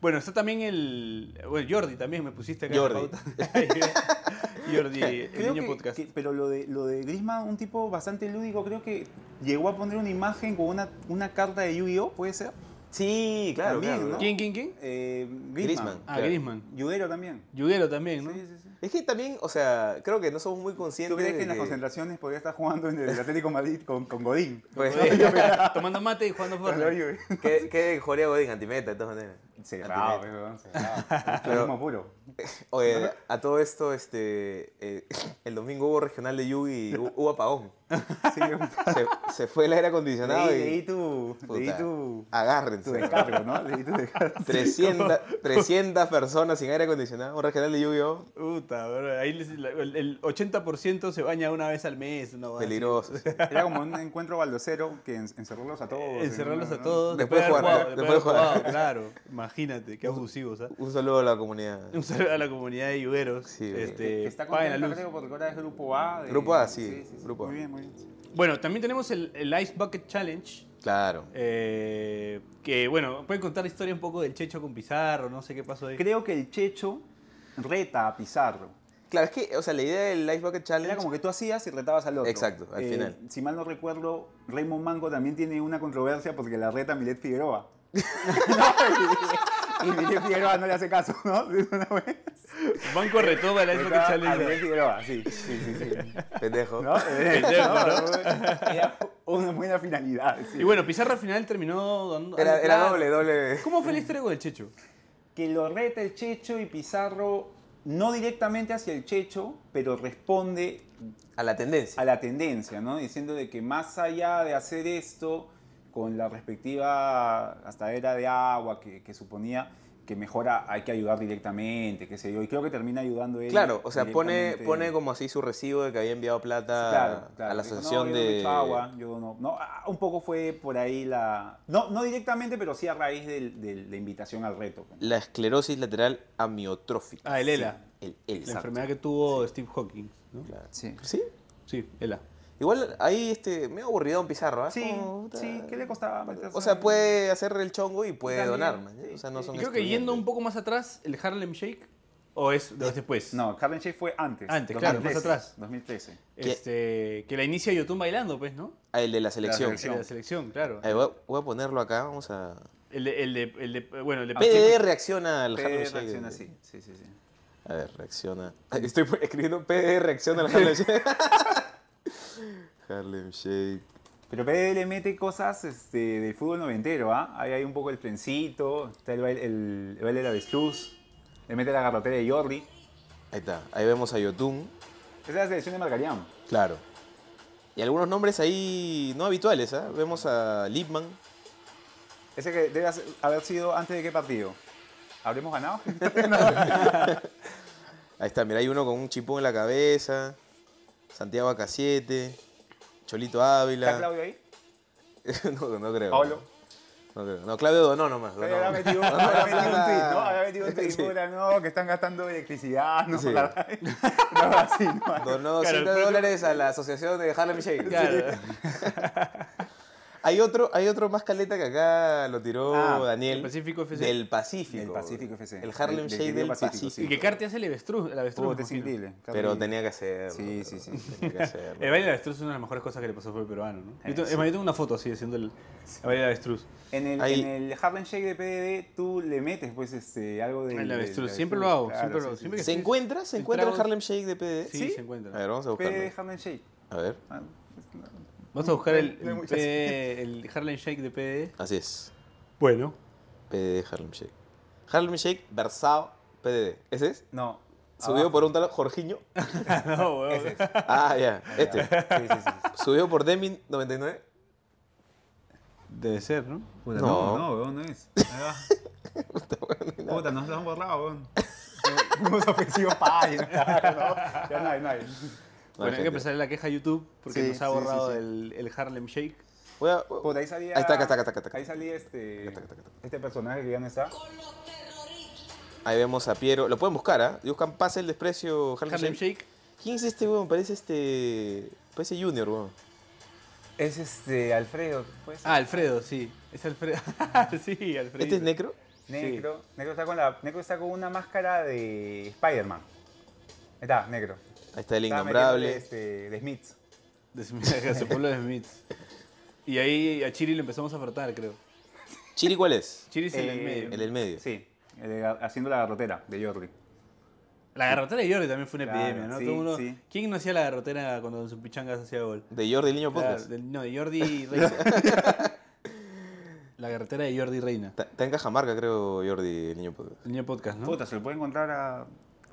Bueno, está también el. Bueno, Jordi también me pusiste acá
Jordi.
en la pauta. Jordi, el
Creo
niño
que-
podcast.
que- pero lo de, lo de Griezmann, un tipo bastante lúdico, creo que llegó a poner una imagen con una, una carta de Yu-Gi-Oh, ¿puede ser?
Sí, claro.
También,
claro.
¿no?
¿Quién, quién, quién?
Eh,
Griezmann.
Griezmann.
Ah,
Claro.
Griezmann.
Yudero también.
Yuguero también, ¿no?
Sí, sí, sí.
Es que también, o sea, creo que no somos muy conscientes.
¿Tú crees
de
que en las concentraciones podría estar jugando en el Atlético Madrid con, con Godín?
Pues,
Tomando mate y jugando
Con la
Fortnite.
Juve.
que, que Jorea Godín, antimeta, de todas maneras.
Cerrado, eh.
Antinet.
weón, cerrado. Periodismo puro.
Oye, a todo esto, este, eh, el domingo hubo regional de Yugi y hu- hubo apagón.
Sí,
Se, se fue el aire acondicionado
leí,
y...
leí tu, leí
puta, Ah,
tu,
Agárrense.
tu descargo, ¿no? Leí tu descargo.
300, 300 personas sin aire acondicionado, un regional de Yu-Gi-Oh!
Puta, bro, ahí les- la- el, el 80% se baña una vez al mes. una huevada así.
Peligroso.
Era como un encuentro baldocero que en- encerrarlos a todos. en
eh, Encerrarlos
una-
a todos.
Después
de
de
haber
jugar, ¿eh?
jugado,
después
después de
de
haber
jugar.
jugado, claro. Imagínate, qué abusivos. ¿ah?
Un saludo a la comunidad.
Un saludo a la comunidad de yugueros.
Sí, bro.
este,
Que está
paguen la
contenta,
luz.
creo, porque ahora es grupo A. de-
Grupo A, sí, grupo A.
Muy bien, muy bien.
Bueno, también tenemos el, el Ice Bucket Challenge.
Claro.
eh, que bueno, pueden contar la historia un poco del Checho con Pizarro, no sé qué pasó ahí.
Creo que el Checho reta a Pizarro.
Claro, es que, o sea, la idea del Ice Bucket Challenge.
Era como que tú hacías y retabas al otro. Eh,
Exacto, al final.
Si mal no recuerdo, Raymond Mango también tiene una controversia porque la reta a Milet Figueroa. y Milet Figueroa no le hace caso, ¿no? De una vez.
Banco retoma el Ice Bucket
Reta A Milet
Challenge.
Figueroa, sí, sí, sí. sí.
Pendejo.
¿No?
Pendejo, ¿no?
Era una buena finalidad. sí.
Y bueno, Pizarro al final terminó dando.
Era,
dando
era
claro.
doble, doble.
¿Cómo fue la historia con el Checho?
que lo reta el Checho y Pizarro no directamente hacia el Checho, pero responde
A la tendencia.
a la tendencia, ¿no? Diciendo de que más allá de hacer esto con la respectiva gastadera de agua que, que suponía que mejora, hay que ayudar directamente, qué sé yo, y creo que termina ayudando él.
Claro, o sea, pone,
directamente.
pone como así su recibo de que había enviado plata
Claro, claro.
a la
Dijo, no,
asociación
yo no
de.
echo agua, yo no, no, ah, un poco fue por ahí la... No, no directamente, pero sí a raíz del- del- de la invitación al reto. pues.
La esclerosis lateral amiotrófica.
Ah, el ELA.
Sí, el ELA.
La
exacto.
enfermedad que tuvo Steve Hawking. ¿no?
Claro.
Sí.
Sí.
Sí, Ela.
Igual ahí este, medio aburrido un pizarro, ¿ah?
Sí,
Como, puta.
sí, ¿qué le costaba meterse
O sea, pues,
al-
puede hacer el chongo y puede
También,
donar, man, ¿eh?
sí,
O sea, no
sí.
son
Y creo que yendo un
excluyentes.
poco más atrás, el Harlem Shake, o es de- después.
Eh, No, Harlem Shake fue antes.
Antes, claro, más atrás.
2013.
Este, que la inicia YouTube bailando, pues, ¿no?
Ah, el de la selección.
El de la selección, claro.
Eh.
Ahí voy, a, voy a ponerlo acá, vamos a.
El de, el de, el de- bueno, el
Ah,
de
PDD reacciona al
pues. P
Harlem Shake.
reacciona así. Sí, sí, sí.
A ver, reacciona. Ay, Estoy pu- escribiendo PD reacciona al Harlem Shake. Harlem Shake.
Pero PD le mete cosas este, del fútbol noventero, ¿ah? Ahí hay un poco el trencito, está el baile, el, el baile de la avestruz, le mete la garrotera de Jordi.
Ahí está, ahí vemos a Yotun.
Esa es la selección de Margarian.
Claro. Y algunos nombres ahí no habituales, ¿ah? Vemos a Lipman.
Ese que debe hacer- haber sido antes de qué partido. ¿Habremos ganado?
Ahí está, mira, hay uno con un chipón en la cabeza. Santiago Acasiete. Cholito
¿Está
Ávila.
Claudio ahí?
no, no creo.
Paolo.
No creo. No, Claudio donó nomás. donó.
Había metido, habrá metido un tweet, ¿no? Habrá metido un tweet,
Sí.
puta, no, que están gastando electricidad, no,
Sí.
no, así, no.
Donó
Claro,
200
pero-
dólares a la asociación de Harlem Shake.
Claro.
Hay otro, hay otro más caleta que acá lo tiró
Ah,
Daniel.
el Pacífico FC.
Del Pacífico.
Del Pacífico FC.
El Harlem
Del- del
Shake
querido
del
Pacífico,
Pacífico.
sí.
Y que Carte hace el avestruz, el avestruz,
Puta,
me
es
imagino.
increíble.
Pero
Carlos-
tenía que hacerlo.
Sí, sí, Eh, sí.
Tenía que hacerlo.
El baile del avestruz es una de las mejores cosas que le pasó al fútbol peruano, ¿no? Yo
Eh,
tengo-
sí.
Es más, yo tengo una foto así haciendo el, el baile del avestruz.
En el,
Ahí-
en el Harlem Shake de PDD tú le metes pues este, algo de...
El
de-
avestruz.
de
Siempre
avestruz,
lo hago,
claro,
siempre
sí,
lo hago.
sí,
Siempre
sí.
que-
¿Se encuentra? ¿Se
El
encuentra el
trago-
Harlem Shake de PD?
Sí, se encuentra.
A ver, vamos a
PDD
buscarlo.
Harlem Shake.
A ver,
Ah,
Vamos a buscar el,
No hay
el,
muchas.
PD el Harlem Shake de PD.
así es.
Bueno.
PD Harlem Shake. Harlem Shake versado PDD. ¿Ese es?
No.
Ah,
Subido por un tal Jorginho.
no, weón.
Ah, ya, este.
Sí, sí, sí.
Subido por Demin99.
Debe ser, ¿no?
Puta,
No.
no, no, weón, no es. Ahí va. Puta, nos lo han borrado, weón. Fuimos
Pues
ofensivos para alguien. claro, ¿no? Ya no hay, no hay.
Bueno, hay que
gente.
empezar la queja a YouTube porque
Sí,
nos ha
sí, sí,
borrado
sí.
El, el Harlem Shake.
Voy a-
Puta, ahí salía...
Ahí está, acá está, acá está, acá está.
Ahí salía este...
Acá está, acá está.
Este personaje que ya no está.
Ahí vemos a Piero. Lo pueden buscar, ¿ah? Buscan Pase el Desprecio Harlem,
Harlem
Shake.
Shake.
¿Quién es este weón? Parece este. Parece Junior, weón.
Es este Alfredo, pues.
Ah, Alfredo, sí. Es Alfredo. sí, Alfredo.
¿Este es Necro?
Negro. Negro, está con la, negro está con una máscara de Spider-Man. Ahí Está, negro.
Ahí está el
Está
innombrable.
metiéndole, este, de Smith.
De Smith, de su pueblo de Smith. Y ahí a Chiri lo empezamos a frotar, creo.
¿Chiri cuál es?
Chiri es el
Eh,
del medio.
El e- del medio.
Sí, el de-
eh,
haciendo la garrotera de Jordi.
La garrotera de Jordi también fue una
Claro,
epidemia, ¿no?
sí,
Todo uno-
sí.
¿Quién no hacía la garrotera cuando sus pichangas hacía gol?
De Jordi el Niño
Claro,
Podcast.
del- no, de Jordi y Rey. La carretera de Jordi Reina.
Está, está en Cajamarca, creo, Jordi, el niño podcast.
El niño podcast, ¿no?
Puta, ¿se lo puede encontrar a,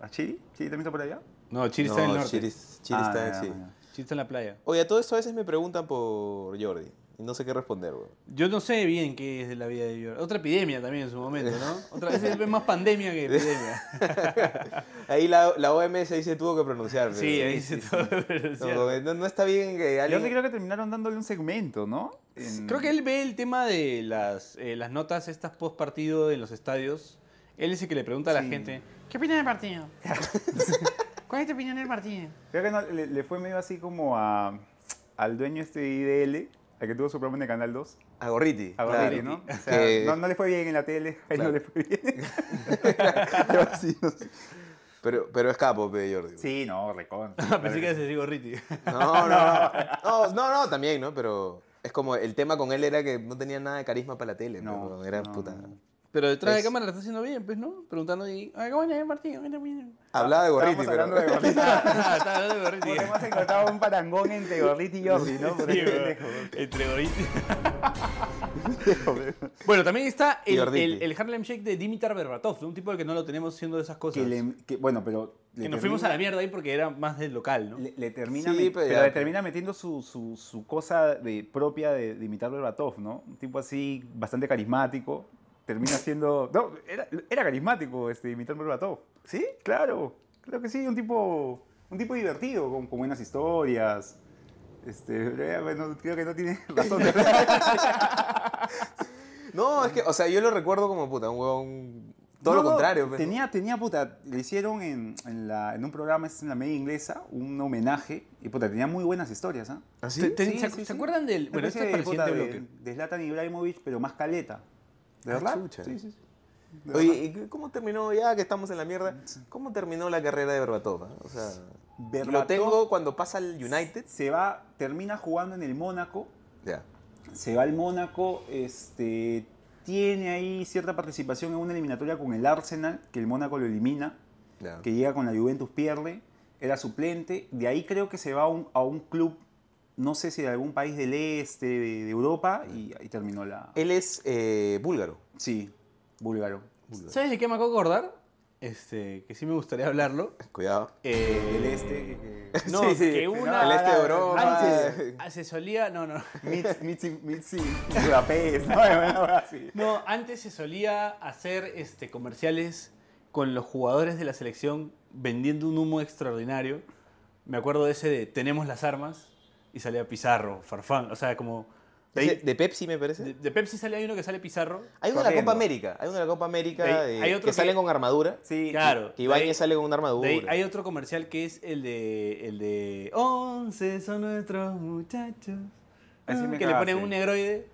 a Chiri? ¿Chiri también está por allá?
No, Chiri está en el norte. Chiri,
Chiris, Chiris
Ah,
está
ya,
sí.
ya.
está en la playa.
Oye, a todo esto a veces me preguntan por Jordi. Y no sé qué responder, weón.
Yo no sé bien qué es de la vida de Jordi. Otra epidemia también en su momento, ¿no? Otra vez es más pandemia que epidemia.
Ahí la, la OMS ahí se tuvo que pronunciar.
Sí,
pero-
ahí se todo. pero es cierto.
No, no- no está bien que
Yo
alguien...
creo que terminaron dándole un segmento, ¿no? En-
Creo que él ve el tema de las, eh, las notas estas post partido en los estadios. Él es el que le pregunta a la
Sí.
gente.
¿Qué opina del partido? ¿Cuál es tu opinión del partido?
Creo que no, le, le fue medio así como a, al dueño este de IDL, al que tuvo su programa en el Canal 2,
A Gorriti.
a Gorriti, ¿no? O sea,
Que-
no, no le fue bien en la tele, ahí
Claro.
no le fue bien.
Pero, pero es capo, pe, Jordi.
Sí, no, recon.
Pensé que era ese Gorriti.
No, no, no. No, no, no, también, ¿no? Pero es como el tema con él era que no tenía nada de carisma para la tele.
No,
No, era
no,
puta.
no.
Pero detrás de
Es-
cámara lo está haciendo bien, pues, ¿no? Preguntando ahí. "Ay, ¿Cómo es el partido? ¿Qué opina?"
Hablaba de Gorriti,
Estábamos
pero...
hablando de Gorriti.
Ah, está hablando de Gorriti.
Porque hemos encontrado un parangón entre Gorriti y Jordi, ¿no? Por
Sí,
ahí,
weón.
pendejo.
Entre Gorriti. Bueno, también está
Y
el,
Gorriti.
el, el Harlem Shake de Dimitar Berbatov, de un tipo al que no lo tenemos haciendo de esas cosas.
Que le- que- bueno, pero... le
Que nos fuimos
termina-
a la mierda ahí porque era más del local, ¿no?
Le, le termina,
Sí,
met-
pero
pero,
ya,
le
pues.
termina metiendo su, su, su cosa de, propia de, de imitar Berbatov, ¿no? Un tipo así bastante carismático. Termina siendo... No, era, era carismático este, imitar Berbatov. Sí, claro. Creo que sí, un tipo, un tipo divertido, con, con buenas historias. Este, pero ya, bueno, creo que no tiene razón. de-
No, es que, o sea, yo lo recuerdo como puta, un huevón... Todo lo
No, no,
contrario,
pues.
pe, ¿no?
Tenía, tenía, puta, le hicieron en, en la- en un programa este, en la media inglesa un homenaje y, puta, tenía muy buenas historias, ¿ah?
¿Ah, sí?
¿Te- te-
Sí,
¿Se,
sí,
se
sí.
acuerdan del.? Bueno, este es para el
puta,
siguiente
de,
bloque.
de Zlatan Ibrahimovic, pero más caleta. ¿De
Ah,
verdad?
chucha.
Sí, sí, sí. De
Oye,
verdad.
¿y qué- cómo terminó, ya que estamos en la mierda, cómo terminó la carrera de Berbatov? ah? O sea, lo
Berbatov
tengo cuando pasa al United.
este se va, termina jugando en el Mónaco,
Ya.
se va al Mónaco, este, tiene ahí cierta participación en una eliminatoria con el Arsenal, que el Mónaco lo elimina,
ya.
que llega con la Juventus, pierde, era suplente, de ahí creo que se va a un, a un club, no sé si de algún país del este, de, de Europa, y ahí terminó la...
Él es eh, búlgaro.
Sí, búlgaro.
¿Sabes de qué me acabo de acordar? Este, que sí me gustaría hablarlo.
Cuidado.
Eh,
Del este... que- que-
No,
Sí, sí.
que una.
El este de Europa.
Antes ah, se solía. No, no.
Mitzi, Mitzi, Mitzi, Budapest, ¿no? Una hora así.
No, antes se solía hacer este, comerciales con los jugadores de la selección vendiendo un humo extraordinario. Me acuerdo de ese de Tenemos las armas y salía Pizarro, Farfán. O sea, como. De, ahí-
Ese De Pepsi, me parece.
de- de Pepsi sale hay uno que sale Pizarro.
Hay uno de la Copa
Corriendo.
América. Hay uno de la Copa América
Hay-
eh,
hay otro
que,
que-
salen con armadura.
Sí,
Claro.
Que Ibáñez
de ahí-
sale con una
de
armadura.
ahí hay otro comercial que es el de. El de. Once son nuestros muchachos. Ah,
Así me
que le ponen
cagaste.
un negroide.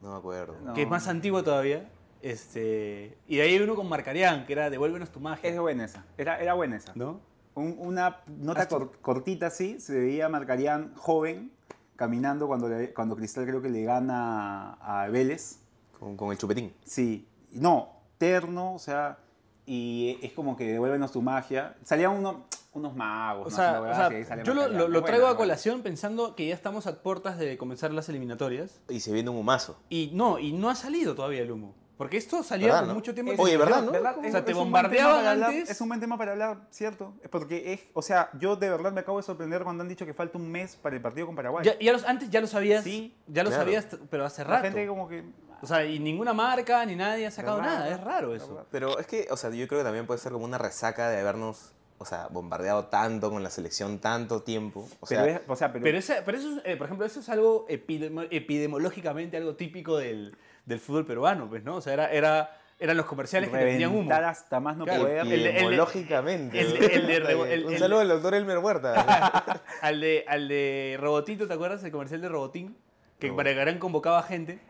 No me acuerdo.
No.
que es más antiguo todavía. Este, y de ahí hay uno con Marcarián, que era Devuélvenos tu magia.
Es buena esa. Era, era buena esa.
¿No?
Un- una nota cor- cortita así, se veía a Marcarían joven caminando cuando, le- cuando Cristal creo que le gana a Vélez.
Con, con el chupetín.
Sí. No, terno, o sea, y es como que devuélvenos tu magia. Salían uno- unos magos.
O
¿no?
sea,
Una
o
huevada
sea,
así, ahí sale
yo lo,
Marcarián.
lo- lo
Buena,
traigo a
buena.
colación pensando que ya estamos a puertas de comenzar las eliminatorias.
Y se viene un humazo.
Y no, y no ha salido todavía el humo. Porque esto salía
¿Verdad,
con
no?
mucho tiempo.
Es- Oye, ¿verdad, no?
O sea, te
un buen tema
bombardeaban
para hablar,
antes.
es un buen tema para hablar, ¿cierto? Es porque es, o sea, yo de verdad me acabo de sorprender cuando han dicho que falta un mes para el partido con Paraguay.
Ya, ya los- antes ya lo sabías.
Sí,
ya lo
claro.
sabías, t- pero hace
La
rato.
gente como que...
O sea, y ninguna marca ni nadie ha sacado
Verdad,
nada. Es
verdad,
raro
verdad.
eso.
Pero es que, o sea, yo creo que también puede ser como una resaca de habernos, o sea, bombardeado tanto con la selección tanto tiempo. O sea,
pero es- o sea, pero,
Pero, esa- pero eso, es, eh, por ejemplo, eso es algo epidemo- epidemológicamente algo típico del, del fútbol peruano, pues, ¿no? O sea, era, era, eran los comerciales que le tenían humo.
reventar hasta más no
Claro,
poder.
¿eh? el- el- el-
lógicamente.
el- el de- el-
un
el-
saludo al doctor Elmer Huerta.
Al de, al de Robotito, ¿te acuerdas? El comercial de Robotín, que
Robot.
para Garán convocaba gente.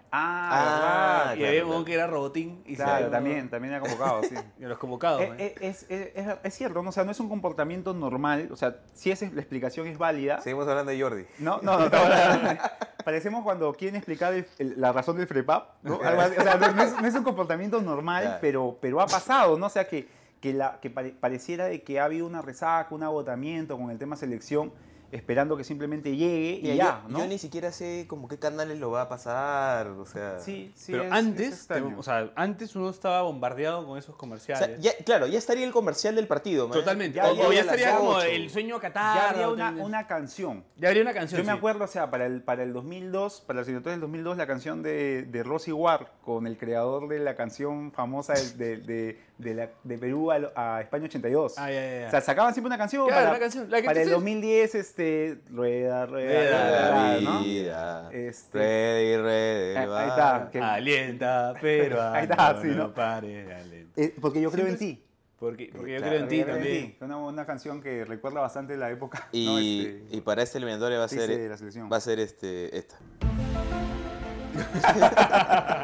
Ah,
Ah,
y había
verdad.
claro,
un
claro.
que era Robotín. Y se-
claro, también, también ha convocado, sí.
y los convocados.
Eh,
¿eh?
eh, Es, es- es- es cierto, ¿no? o sea, no es un comportamiento normal, o sea, si esa es, la explicación es válida,
Seguimos hablando de Jordi.
No, no, no. estamos hablando- Parecemos cuando quieren explicar el- el- la razón del frepap, ¿no? Algo así. O sea, no, no es, no es un comportamiento normal,
Claro.
pero, pero ha pasado, ¿no? O sea, que, que, la, que pare- pareciera de que ha habido una resaca, un agotamiento con el tema selección. esperando que simplemente llegue y,
Mira,
ya,
yo,
¿no?
yo ni siquiera sé como qué canales lo va a pasar, o sea...
Sí, sí,
Pero
es- es
antes,
extraño.
o sea, antes uno estaba bombardeado con esos
O
comerciales.
sea, ya- claro, ya estaría el comercial del partido. man.
Totalmente.
Ya
o,
había
o ya
a las
estaría como
ocho.
el sueño Qatar.
ya había
o-
una, una canción.
ya habría una canción.
Yo me
sí.
acuerdo, o sea, para el, para el 2002, para la eliminatorias del 2002, la canción de, de Rosy War, con el creador de la canción famosa de, de, de- de la- de Perú a, lo- a España 82.
Ah, ya, ya, ya.
O sea, sacaban siempre una canción
Claro,
para,
una canción, la que
para el
entonces-
2010, este, rueda, rueda,
Rueda,
rueda,
La
¿no?
vida.
Este-
Ready, ready,
Este,
Ah, ahí
va.
está. que-
Alienta, pero
Ahí está,
anda,
sí,
no
¿no?
pares, alienta.
eh, porque yo creo en ti.
Porque, porque yo
Claro,
creo en ti
Creo en
también.
ti. Una, una canción que recuerda bastante la época.
Y,
¿no? Este,
y para este eliminatoria va a
sí, sí, de
ser,
la selección.
va a ser este, esta.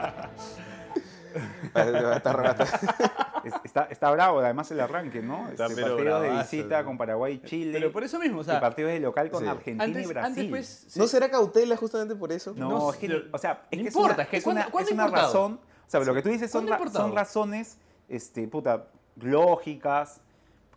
va, a ser- va a estar, va a estar-
Es- Está, está bravo, además el arranque, ¿no?
Está
Este,
pero
partidos de
bravazo,
visita
¿no?
con Paraguay y Chile.
Pero por eso mismo, o
y
sea,
partidos de local con
sí.
Argentina y
antes,
Brasil.
antes pues...
¿No
sí.
será cautela justamente por eso?
no,
no
es que,
sé,
o sea, es
no
que
importa,
es una,
es que
es una-
¿cuándo- cuándo
es una
ha importado?
razón. O sea, lo que tú dices son,
¿Cuándo ha
ra-
importado?
son razones, este, puta, lógicas.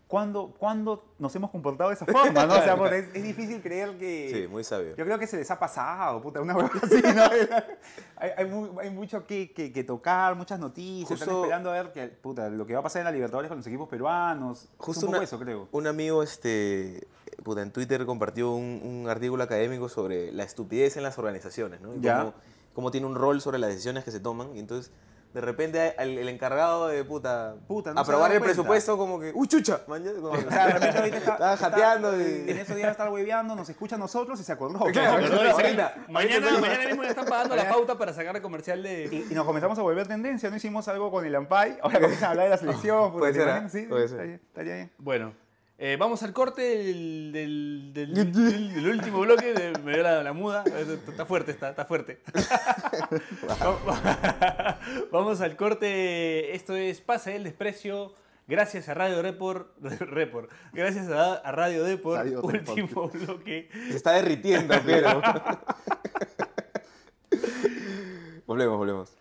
¿Cuándo, cuándo nos hemos comportado de esa forma? ¿no? O sea, puta, es, es difícil creer que.
Sí, muy sabio.
Yo creo que se les ha pasado, puta, una huevada así, ¿no? hay, hay mu- hay mucho que, que- que tocar, muchas noticias, están
Justo-
esperando a ver que, puta, lo que va a pasar en la Libertadores con los equipos peruanos. Justo
Justo
un poco
una-
eso, creo.
Un amigo este, puta, en Twitter compartió un, un artículo académico sobre la estupidez en las organizaciones, ¿no? Y
Ya.
Cómo, cómo tiene un rol sobre las decisiones que se toman. Y entonces, de repente, al- el encargado de puta,
Puta, no se ha
aprobar
dado
el
cuenta.
presupuesto, como que, ¡uy, chucha! man, ya, como-
O sea, de repente ahorita está-
estaba
está-
jateando
En
y.
esos días va a estar hueveando, nos escucha a nosotros y se acordó.
Claro,
Perdón, dice,
ahorita.
mañana, mañana mismo le están pagando la pauta para sacar el comercial de...
Y, y nos comenzamos a volver tendencia, no hicimos algo con el Ampay, ahora comienzan a hablar de la selección. puta,
Puede
¿te
ser,
imaginas?
¿ah?
Sí,
Puede
sí,
ser.
estaría- estaría bien.
Bueno, eh, vamos al corte del, del, del- del- del último bloque. de- me dio la, la muda. Eh, Está, está fuerte, está, está fuerte. vamos al corte. Esto es Pase del Desprecio. Gracias a Radio Report. Report. Gracias a, a Radio Deport.
Radio Deport.
último bloque.
Se está derritiendo, pero. volvemos, volvemos.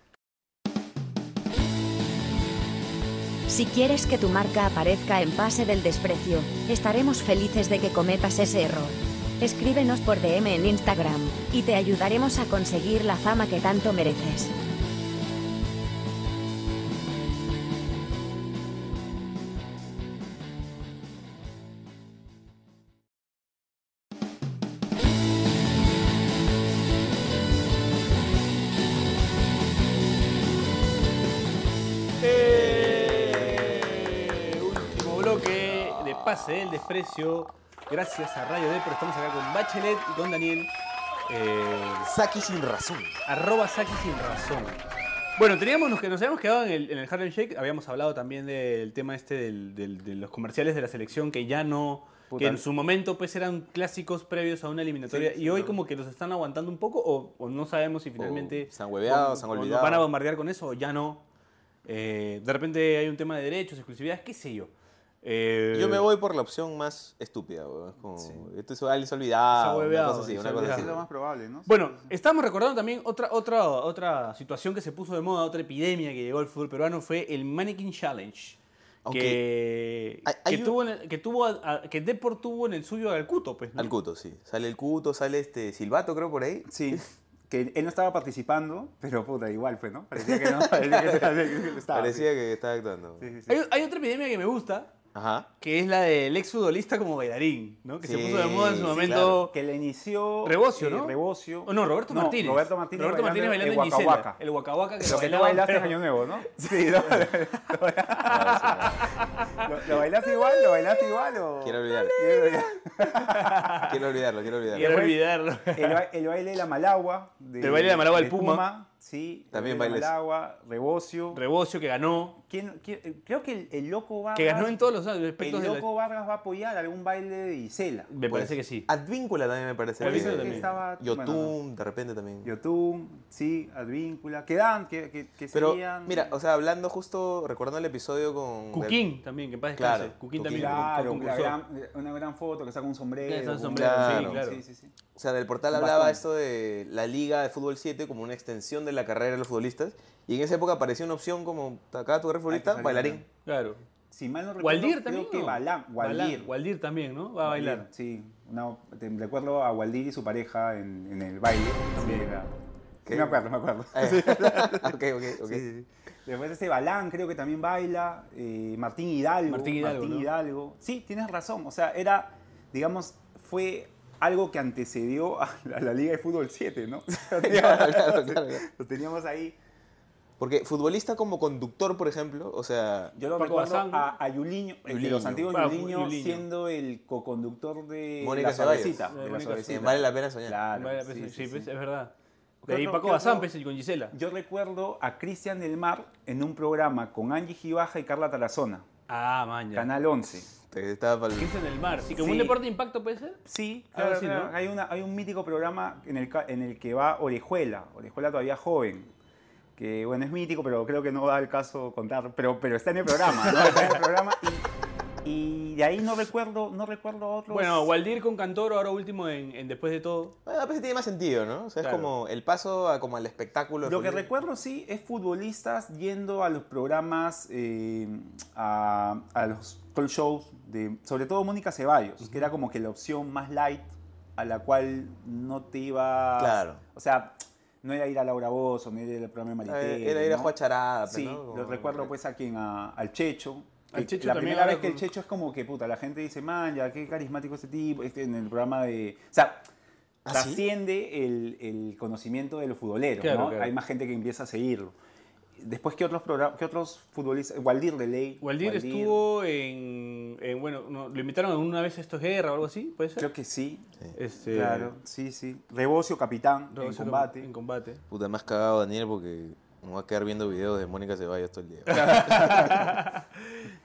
Si quieres que tu marca aparezca en Pase del Desprecio, estaremos felices de que cometas ese error. Escríbenos por DM en Instagram, y te ayudaremos a conseguir la fama que tanto mereces.
Eh, último bloque de Pase del Desprecio. Gracias a Radio Deport. Estamos acá con Bachelet y con Daniel. Eh,
Saki sin razón.
Arroba Saki sin razón. Bueno, teníamos nos, que- nos habíamos quedado en el, en el Harlem Shake. Habíamos hablado también del tema este del- del- de los comerciales de la selección que ya no.
Puta.
Que en su momento pues eran clásicos previos a una eliminatoria.
Sí,
y
sí,
hoy
no.
como que los están aguantando un poco o, o no sabemos si finalmente.
Oh, se han hueveado,
o-
se han
o nos
olvidado.
van a bombardear con eso o ya no. Eh, de repente hay un tema de derechos, exclusividad, qué sé yo. Eh,
Yo me voy por la opción más estúpida, weón. Es como, esto es alguien se ha olvidado,
Se ha
una
hueveado,
cosa así,
se ha
una cosa
olvidado.
así.
Es lo más probable, ¿no?
Bueno, estamos recordando también otra, otra, otra situación que se puso de moda, otra epidemia que llegó al fútbol peruano fue el Mannequin Challenge. Que,
Hay- hay
que
un-
tuvo, en el- que, tuvo a- a- que Depor tuvo en el suyo al Cuto, pues. ¿no?
Al cuto, sí. Sale el cuto, sale este silbato, creo, por ahí.
Sí, que él no estaba participando, pero puta, igual fue, ¿no? Parecía que no, parecía que, se- que estaba.
Parecía
sí.
que estaba actuando.
Sí, sí, sí.
Hay, hay otra epidemia que me gusta,
Ajá.
que es la del exfutbolista como bailarín, ¿no? Que se
Sí,
puso de moda en su
sí,
momento.
Que le inició.
Rebocio,
eh,
¿no?
Rebocio.
Oh, no, Roberto
No,
Martínez.
Roberto Martínez
Roberto Martínez
bailando
bailando
el
en Gisela.
Waka Waka.
El Waka Waka que
Lo que no
bailaba,
bailaste en
pero-
Año Nuevo, ¿no? Sí, no, lo, lo bailaste igual, lo bailaste igual o.
Quiero olvidar.
Quiero olvidar.
Quiero olvidarlo, quiero olvidarlo.
Quiero olvidarlo.
El, ba- el baile de la Malagua. de-
El baile de la Malagua del
de
Puma.
Sí. el
También
baile de
bailes.
la Malagua, Rebocio.
Rebocio que ganó,
¿Quién- quién- creo que el, el Loco Vargas.
que ganó en todos los aspectos
El
de la-
Loco Vargas va a apoyar algún baile de Gisela.
Me
Pues,
parece que sí. Pues,
Advíncula también me parece.
Advíncula
que-
también.
Estaba-
Yotun, de repente también.
Yotun, sí, Advíncula. ¿Qué dan? ¿Qué, qué, qué
Pero,
serían?
mira, o sea, hablando justo, recordando el episodio con...
Cuquín también, que en paz descanse.
Claro,
Cuquín
Cuquín.
también
Claro, una
concursó.
gran, eh, una gran foto que saca un sombrero.
Que saca un
con-
sombrero,
sí,
claro.
sí, sí, sí.
O sea, del portal
Un
hablaba
bastón.
esto de la liga de fútbol 7 como una extensión de la carrera de los futbolistas. Y en esa época apareció una opción como, acá tu eres futbolista,
salir,
bailarín.
Claro.
si mal no recuerdo,
Waldir
creo
también.
que
¿no?
Balam, Waldir.
Waldir también, ¿no? Va a bailar.
Sí, una- te- recuerdo a Waldir y su pareja en, en el baile. Sí,
Ah,
era- sí, me acuerdo, me acuerdo.
Ah, ya. ok, ok, ok.
Después este Balán creo que también baila, eh, Martín Hidalgo.
Martín Hidalgo, ¿no?
Hidalgo. Sí, tienes razón. O sea, era, digamos, fue ah, algo que antecedió a la, a la Liga de Fútbol 7, ¿no? Lo
Claro,
teníamos,
claro, claro, claro.
lo teníamos ahí.
Porque futbolista como conductor, por ejemplo, o sea,
Yo lo
Paco
recuerdo
Bazán, ¿no?
a, a Yuliño, el de
Yuliño.
los antiguos
Ah,
Yuliño,
Yuliño.
siendo el coconductor de
Mónica
La
Ceballos.
Suavecita.
De
de La
Mónica
Suavecita.
eh, vale la pena soñar.
Claro,
Vaya, pues,
sí, sí, sí.
pues, es verdad.
¿Qué
De ahí
otro-
Paco
qué
Bazán,
otro?
pues, y con Gisela.
Yo recuerdo a Cristian del Mar en un programa con Angie Gibaja y Carla Tarazona,
Ah, man, ya.
Canal 11.
te estaba pa'l-
Cristian del Mar. Sí, como
Sí.
un deporte de impacto puede ser.
Sí,
Algo
claro,
así,
claro.
¿no?
Hay, una- hay un mítico programa en el, ca- en el que va Orejuela, Orejuela todavía joven, que bueno, es mítico, pero creo que no da el caso contar, pero, pero está en el programa, ¿no? Está en el programa y, y de ahí no recuerdo, no recuerdo otros.
Bueno, Waldir con Cantoro, ahora último en, en Después de todo.
Bueno, a veces tiene más sentido, ¿no? O sea,
Claro.
es como el paso a, como al espectáculo. de
Lo que
fútbol.
recuerdo sí es futbolistas yendo a los programas, eh, a, a los talk shows, de, sobre todo Mónica Ceballos, que era como que la opción más light a la cual no te iba.
Claro.
O sea, no era ir a Laura Bozo, no era ir al programa
Ah,
Maritere.
Era ir a
¿no?
jugar charada, pues,
Sí,
¿no?
lo
Como-
recuerdo pues a quien, a- al Checho.
Al
Que
Checho
la
también
primera
ahora
vez que el
con-
Checho es como que puta, la gente dice, man, ya qué carismático este tipo, este, en el programa de. O sea,
¿Ah, sí?
trasciende el, el conocimiento de los futboleros,
Claro,
¿no?
claro.
Hay más gente que empieza a seguirlo. Después, ¿qué otros, progra- qué otros futbolistas? Waldir de Ley.
Waldir estuvo en, en- bueno, no, lo invitaron alguna vez a esto es guerra o algo así, puede ser.
Creo que sí.
Este,
Claro, sí, sí. Rebocio, capitán,
Roberto
en combate.
En combate.
Puta, más cagado, Daniel, porque me voy a quedar viendo videos de Mónica Ceballos todo el día.
Eh.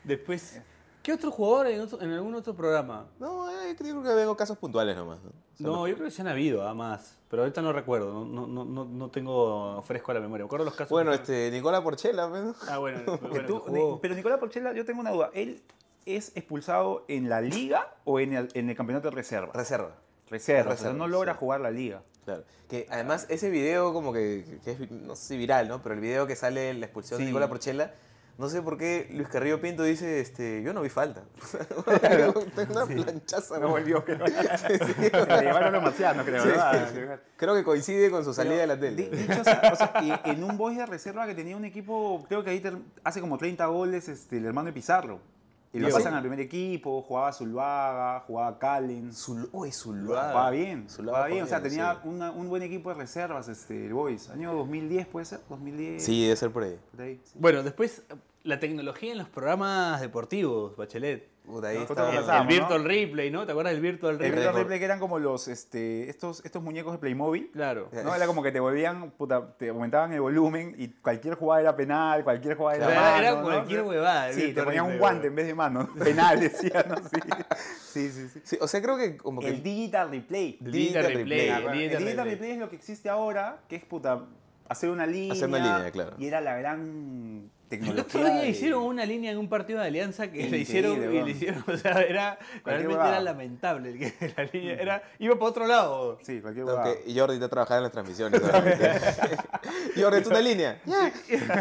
Después, ¿qué otro jugador en, otro- en algún otro programa?
no, eh, yo creo que veo casos puntuales nomás. ¿no? O sea,
No, yo creo que se han habido, ah, más. Pero ahorita no recuerdo, no, no- no, no, no tengo fresco a la memoria. Me acuerdo los casos.
Bueno,
que-
este, Nicola Porchela, pues, ¿no?
Ah, bueno,
Que
bueno,
tú-
que jugó-
ni- pero Nicolás Porchela, yo tengo una duda. ¿Él es expulsado en la liga o en el, en el campeonato de reserva?
Reserva.
Reserva,
Reserva,
o sea, no logra
sí.
jugar la liga.
Claro. Que además ese video como que, que es, no sé si viral, ¿no? Pero el video que sale en la expulsión
Sí.
de Nicola Porchela, no sé por qué Luis Carrillo Pinto dice, este, yo no vi falta. Tengo una planchaza.
No
güey.
volvió, creo.
Sí, sí.
Se le llevaron los marcianos, creo,
Sí.
¿verdad?
Creo que coincide con su salida de la
Di-
tele.
dicho sea- o sea, y- en un boys de reserva que tenía un equipo, creo que ahí ter- hace como 30 goles este, el hermano de Pizarro. Y lo
Diego.
pasan al primer equipo, jugaba Zuluaga, jugaba Callens.
Zul- Uy, Zuluaga.
Jugaba bien,
Zuluaga
jugaba bien. O sea,
jugaba bien,
tenía
sí.
una- un buen equipo de reservas este, el Boys. Año 2010, ¿puede ser? 2010.
Sí, debe ser por ahí.
por ahí.
bueno, después, la tecnología en los programas deportivos, Bachelet.
Puta, ahí
Justo
estaba-
conversábamos.
el
Ah, ¿no?
Virtual Replay, ¿no? ¿Te acuerdas del Virtual
El
Replay?
Virtual
récord.
Ripley que eran como los, este, estos, estos muñecos de Playmobil.
Claro.
Claro.
¿no? Era como que te volvían, puta, te aumentaban el volumen y cualquier jugada era penal, cualquier jugada era
Claro,
mano.
era
¿no?
cualquier huevada, el
Sí, te
Víctor
ponían un
Ripley,
guante
huevón.
en vez de mano. ¿no? Penal, decían, ¿no? Sí. sí, sí, sí.
Sí, o sea, creo que como que...
El Digital Replay.
El Digital
Digital
Replay.
Replay.
Ah,
el Digital
el Digital
Replay.
Replay. es lo que existe ahora, que es, puta, hacer una línea.
Hacer una línea, claro.
Y era la gran
El
tecnología.
otro día
de-
hicieron una línea en un partido de alianza que le
Increíble,
hicieron, y
weón.
le hicieron, o sea, era, realmente
huevada.
era lamentable el que la línea era, iba para otro lado.
Sí, cualquier
Aunque
jugada.
Jordi está trabajando en las transmisiones. obviamente. Jordi, tú una línea.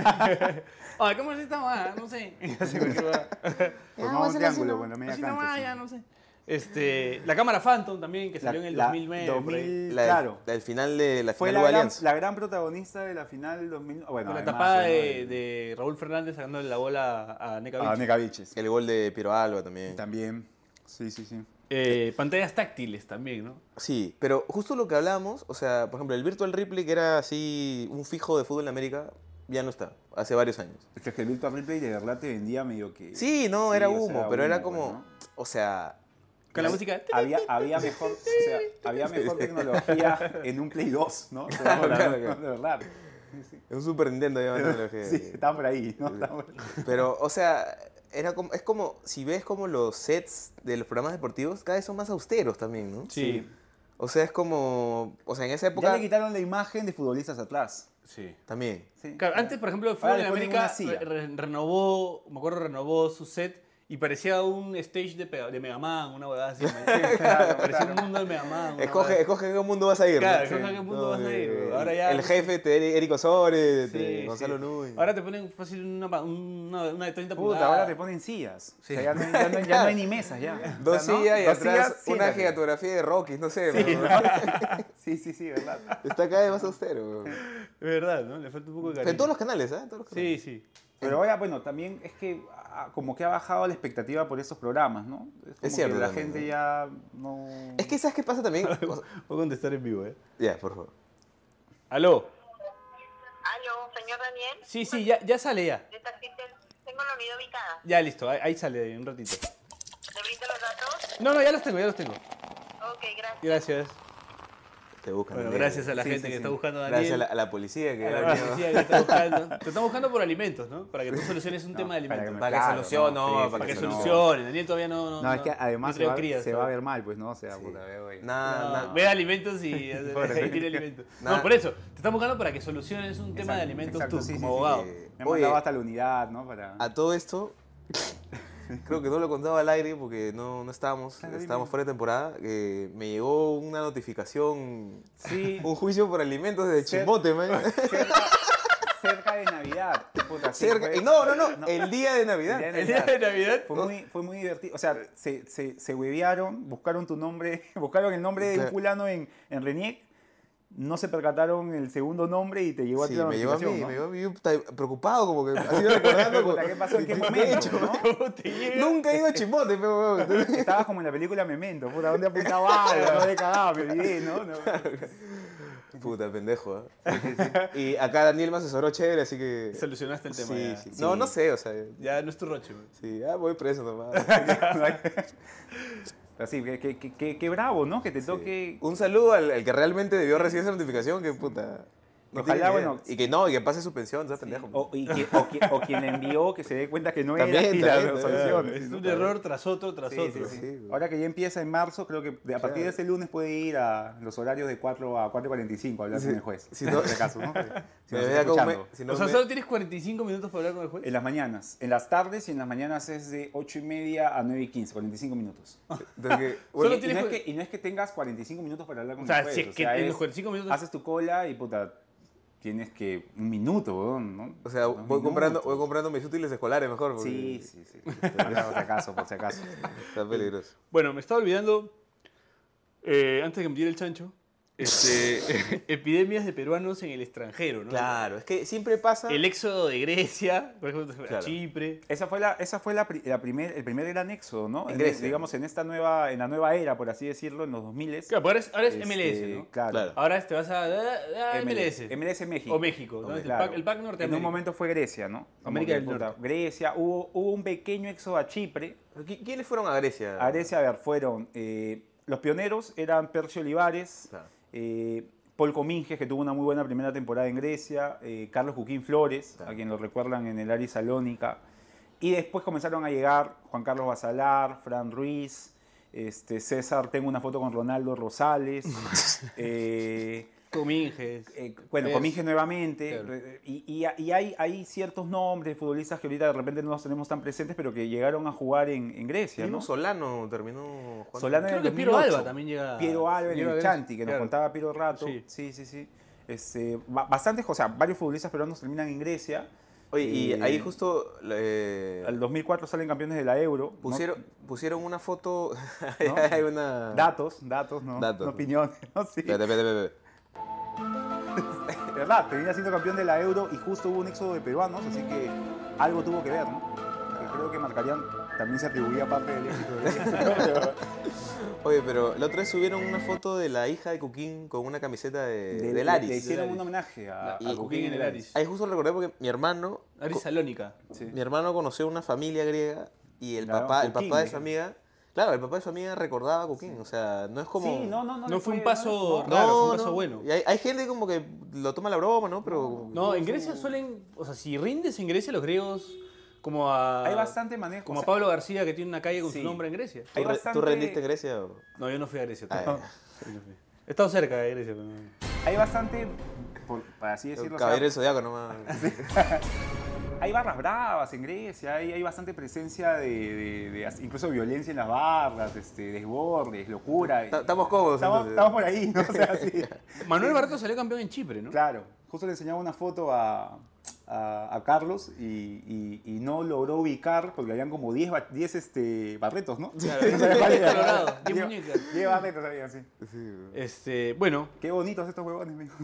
Ay, ¿cómo se está más? No sé.
Así que, huevada.
Ah,
Formaba Pues un triángulo con la media
Así no
cancha.
va,
sí.
ya no sé.
Este, la cámara Phantom también, que
La-
salió en el
la
2009. por ahí.
2000,
La,
claro.
la del final de la
Fue
final
la
de
gran,
Alianza.
la gran protagonista de la final del 2000. Bueno,
Con la
además,
tapada
¿no?
de, de Raúl Fernández sacándole la bola a Nekavich.
Ah, Necaviches.
El gol de Piero Alba también.
También. Sí, sí, sí.
Eh, pantallas táctiles también, ¿no?
Sí, pero justo lo que hablábamos, o sea, por ejemplo, el Virtual Ripley, que era así un fijo de fútbol en América, ya no está, hace varios años.
Es que el Virtual Replay de verdad te vendía medio que.
Sí, no,
Sí,
era
o sea,
humo, pero era
humo, pues,
como,
bueno.
o sea,
Con la música.
Había, había mejor, o sea, había mejor tecnología en un Play 2, ¿no? O sea,
Claro, claro,
de
claro.
verdad.
es un Super Nintendo, ya más tecnología.
Sí, estaban por ahí, ¿no? Estaban por ahí.
Pero, o sea, era como, es como, si ves como los sets de los programas deportivos, cada vez son más austeros también, ¿no?
Sí.
O sea, es como, o sea, en esa
Ya
época
le quitaron la imagen de futbolistas atrás.
Sí.
también.
Sí.
Claro, antes, por ejemplo, el fútbol
le
en
ponen
América
una silla.
re- renovó, me acuerdo, renovó su set Y parecía un stage de, pe- de Mega Man, una huevada así. ¿me
Claro,
entiendes? parecía
claro.
un mundo de Mega Man. una
Escoge,
huevada
escoge en qué mundo vas a ir.
Claro,
¿no?
escoge en qué mundo vas a ir,
eh,
bro. Ahora ya-
El jefe, te, Eric Osores,
así. Sí,
Gonzalo
sí.
Núñez.
Ahora te ponen fácil una, pa- una, una de 30
Puta, ahora te ponen sillas. O sea, ya, no, hay- ya no hay- ya no hay ni mesas ya.
Dos
O sea, ¿no?
sillas y
Dos
atrás
sillas,
una
siéntate.
geografía de Rockies, no sé.
Sí,
bro.
¿no? sí, sí, sí, verdad.
Está cada vez más austero. bro.
Es verdad, ¿no? Le falta un poco de
Pero
cariño.
en todos los canales, ¿eh? En todos los
Sí,
canales.
sí.
Eh.
Pero ahora, bueno, también es que ah, como que ha bajado la expectativa por esos programas, ¿no? Es, como
cierto
Que la
también,
gente
¿no?
ya no...
Es que ¿sabes qué pasa también? O sea,
Voy a contestar en vivo, ¿eh?
ya, por favor.
¿Aló?
Aló, señor Daniel.
Sí, sí, ya, ya sale ya.
De esta gente tengo la unidad ubicada.
Ya listo, ahí, ahí sale en un ratito.
¿Le brindo los datos?
No, no, ya los tengo, ya los tengo.
Ok, gracias.
Gracias.
Te buscan.
Bueno,
Daniel.
gracias a la
Sí,
gente
sí,
que
sí.
está buscando a Daniel.
Gracias a la, a la policía que
A la
ha venido.
policía que está buscando. Te están buscando por alimentos, ¿no? Para que tú soluciones un
No,
tema de
para que
alimentos.
me-
Para que
Claro,
solucione,
no,
no,
sí,
para
Para
que
que
no.
solucione. Daniel todavía no. No,
No, es que
no-
además
no
se
trae
va,
crías,
se
¿no?
va a ver mal, pues, ¿no? O sea,
Sí.
puta, veo ahí.
No,
Nada,
Ve alimentos y, y tiene alimentos.
Nah.
No, por eso. Te están buscando para que soluciones un tema de
Exacto,
alimentos
exacto,
tú,
sí, sí,
como
sí.
abogado.
Eh,
Me han
oye,
mandado hasta la unidad, ¿no? Para...
a todo esto, creo que no lo contaba al aire porque no, no estábamos,
Claro,
estábamos
dime.
fuera de temporada. eh, me llegó una notificación,
Sí,
un juicio por alimentos de
Sí.
Chimbote, man.
cerca, cerca de Navidad. Puta, sí,
Cerca-
fue-
no, no, no,
No.
el día de Navidad.
El día
El día de Navidad.
Fue muy, fue muy divertido. O sea, se, se, se huevearon, buscaron tu nombre, buscaron el nombre de un
Claro.
fulano en, en Reniec, no se percataron el segundo nombre y te llegó a ti
Sí,
la
me llegó a mí,
notificación,
me llegó
¿no?
a mí yo estaba preocupado, como que así recordando. como,
Puta, ¿Qué pasó? ¿En qué
he
momento?
hecho?
¿no?
¿Cómo te llega?
Nunca he ido a Chimbote, pero weón, entonces-
Estabas como en la película Memento, puta, ¿dónde apuntaba algo? No de cagaba, me olvidé, ¿no? No.
Puta, pendejo. ¿eh? Y acá Daniel me asesoró chévere, así que.
Solucionaste el tema.
Sí,
ya.
sí. No, no sé, o sea.
Ya no es tu roche, güey.
Sí, ah, voy preso nomás.
Así, que, que, que, que- que bravo, ¿no? Que te
Sí.
toque.
Un saludo al, al que realmente debió recibir esa notificación, que puta. no
Ojalá,
tiene idea.
bueno,
Y que no, y que pase su pensión, ¿sabes, pendejo?
O, y que- o que- o quien le envió que se dé cuenta que no era
También,
y la
también,
resolución.
Es
¿no?
un error tras otro, tras
Pues, Sí, sí,
otro.
sí.
Sí, güey.
Ahora que ya empieza en marzo, creo que de- a partir de
Claro.
ese lunes puede ir a los horarios de 4 a 4.45 a hablar
Sí.
con el juez.
Si no-
por si acaso, ¿no? Si
Me
nos
ve
está
acá un me-
escuchando.
si no
O sea,
me-
solo tienes 45 minutos para hablar con el juez.
En las mañanas. En las tardes y en las mañanas es de 8 y media a 9 y 15, 45 minutos.
entonces que-
Solo
Y- y,
tienes
no es
que-
que, y no es que tengas 45 minutos para hablar con
O sea,
el juez.
si es que en los 45 minutos-
Haces tu cola y puta, tienes que un minuto, weón, ¿no?
O sea,
Dos
voy comprando, voy
minutos.
comprando mis útiles escolares mejor. porque
Sí, sí, sí. Por si acaso, por si acaso.
Está peligroso.
Bueno, me estaba olvidando, eh, antes de que me diera el chancho, este, epidemias de peruanos en el extranjero, ¿no?
Claro, es que siempre pasa.
El éxodo de Grecia, por ejemplo, a
Claro.
Chipre.
Esa fue la, esa fue la, pri- la primer, el primer gran éxodo, ¿no?
En
En-
Grecia.
digamos, en esta nueva, en la nueva era, por así decirlo, en los 2000.
Claro, pero ahora es, ahora es
Este,
MLS, ¿no?
Claro.
Claro.
Ahora te vas a... ah, ah, MLS.
MLS México.
O México, ¿no?
Claro.
El pack- el pack norteamericano.
En un momento fue Grecia, ¿no? Como
América
que,
del
puta,
Norte.
Grecia, hubo, hubo un pequeño éxodo a Chipre.
¿Qui- ¿Quiénes fueron a Grecia?
A Grecia, a ver, fueron, eh, los pioneros eran Percio Olivares,
Claro.
eh, Paul Cominges, que tuvo una muy buena primera temporada en Grecia, eh, Carlos Joaquín Flores,
Claro.
a quien lo recuerdan en el Aris Salónica. Y después comenzaron a llegar Juan Carlos Basalar, Fran Ruiz, este, César, tengo una foto con Ronaldo Rosales. eh,
Cominges.
eh, bueno,
Es-
Cominges nuevamente.
claro.
re- Y, y- y hay, hay ciertos nombres de futbolistas que ahorita de repente no los tenemos tan presentes, pero que llegaron a jugar en, en Grecia.
Mismo
¿no?
Solano terminó jugando.
Solano
Creo
en el
que Piero
2008.
Alba también llega...
Piero Alba en
llega a
el
Grecia,
Chanti, que nos
claro.
contaba Piero Rato.
Sí.
Sí, sí, sí. Este, ba- bastantes, o sea, varios futbolistas peruanos terminan en Grecia.
Oye, y
Eh,
ahí justo eh,
Al 2004 salen campeones de la Euro. ¿no?
pusieron, pusieron una foto.
¿No?
Hay una.
Datos, datos, ¿no?
Datos.
No opiniones, ¿no? Sí.
Espérate, espérate, espérate.
De verdad, termina siendo campeón de la Euro y justo hubo un éxodo de peruanos, así que algo tuvo que ver, ¿no? Que creo que marcarían, también se atribuía parte del éxito de Grecia.
Oye, pero la otra vez subieron una foto de la hija de Cuquín con una camiseta de,
Del-
del
Le
Aris.
hicieron
Del Aris.
un homenaje a,
Y
a Coquín en el Aris.
Ahí justo recordé porque mi hermano.
Aris Salónica.
Sí.
Mi hermano conoció una familia griega y el
Claro,
papá, el
Cuquín,
papá de su
dijeron.
amiga. Claro, el papá de su amiga recordaba a Cuquín. O sea, no es como.
Sí, no, no, no.
No
le
fue un
no
paso
le-
raro, fue un paso bueno.
Y hay, hay gente como que lo toma a la broma, ¿no? Pero. como que-
No, en Grecia suelen... O sea, si rindes en Grecia, los griegos como a...
Hay bastante manejo.
Como
o
a
sea,
Pablo García que tiene una calle con
sí.
su nombre en Grecia.
¿Tú, re-
bastante-
¿Tú rendiste en Grecia? o-
No, yo no fui a Grecia.
Ah,
tampoco. Yo no fui. He estado cerca de Grecia, pero no.
Hay bastante, por, para así decirlo, o sea,
Caballero del Zodíaco nomás.
hay barras bravas en Grecia, hay, hay bastante presencia de, de- de as- incluso violencia en las barras, este, desbordes, locura.
Ta- Estamos cómodos.
Estamos,
entonces.
estamos por ahí, ¿no? O sea, sí.
Manuel Barreto salió campeón en Chipre, ¿no?
Claro, justo le enseñaba una foto a, a- a Carlos y, y- y no logró ubicar porque habían como 10 ba- 10 este, barretos, ¿no? No sabía cuál era.
Colorado, 10
Diez-
muñecas.
10 barretos había, sí.
Este, bueno,
Qué bonitos estos huevones, mijo.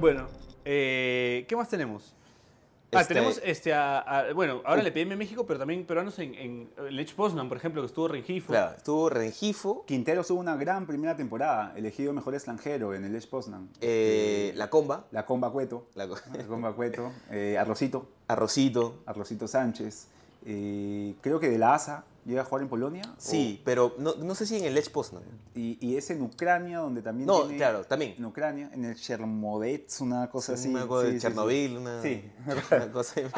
bueno. eh, ¿Qué más tenemos? Ah,
Este-
tenemos este a, a- bueno, ahora le pedí a México, pero también peruanos en, en Lech Poznan, por ejemplo, que estuvo Rengifo.
Claro, estuvo Rengifo,
Quintero tuvo una gran primera temporada, elegido mejor extranjero en el Lech Poznan.
eh, La Comba,
La Comba Cueto.
la co-
La Comba Cueto. eh, Arrocito.
Arrocito.
Arrocito Sánchez. eh, creo que de la ASA llega a jugar en Polonia.
Sí, pero no, no sé si en el Lech Poznan.
o- y, y es en Ucrania, donde también.
No,
tiene-
claro, también.
En Ucrania, en el Chermodets, una cosa así.
una cosa de
sí, sí, sí.
Chernobyl, una,
Sí.
una cosa de-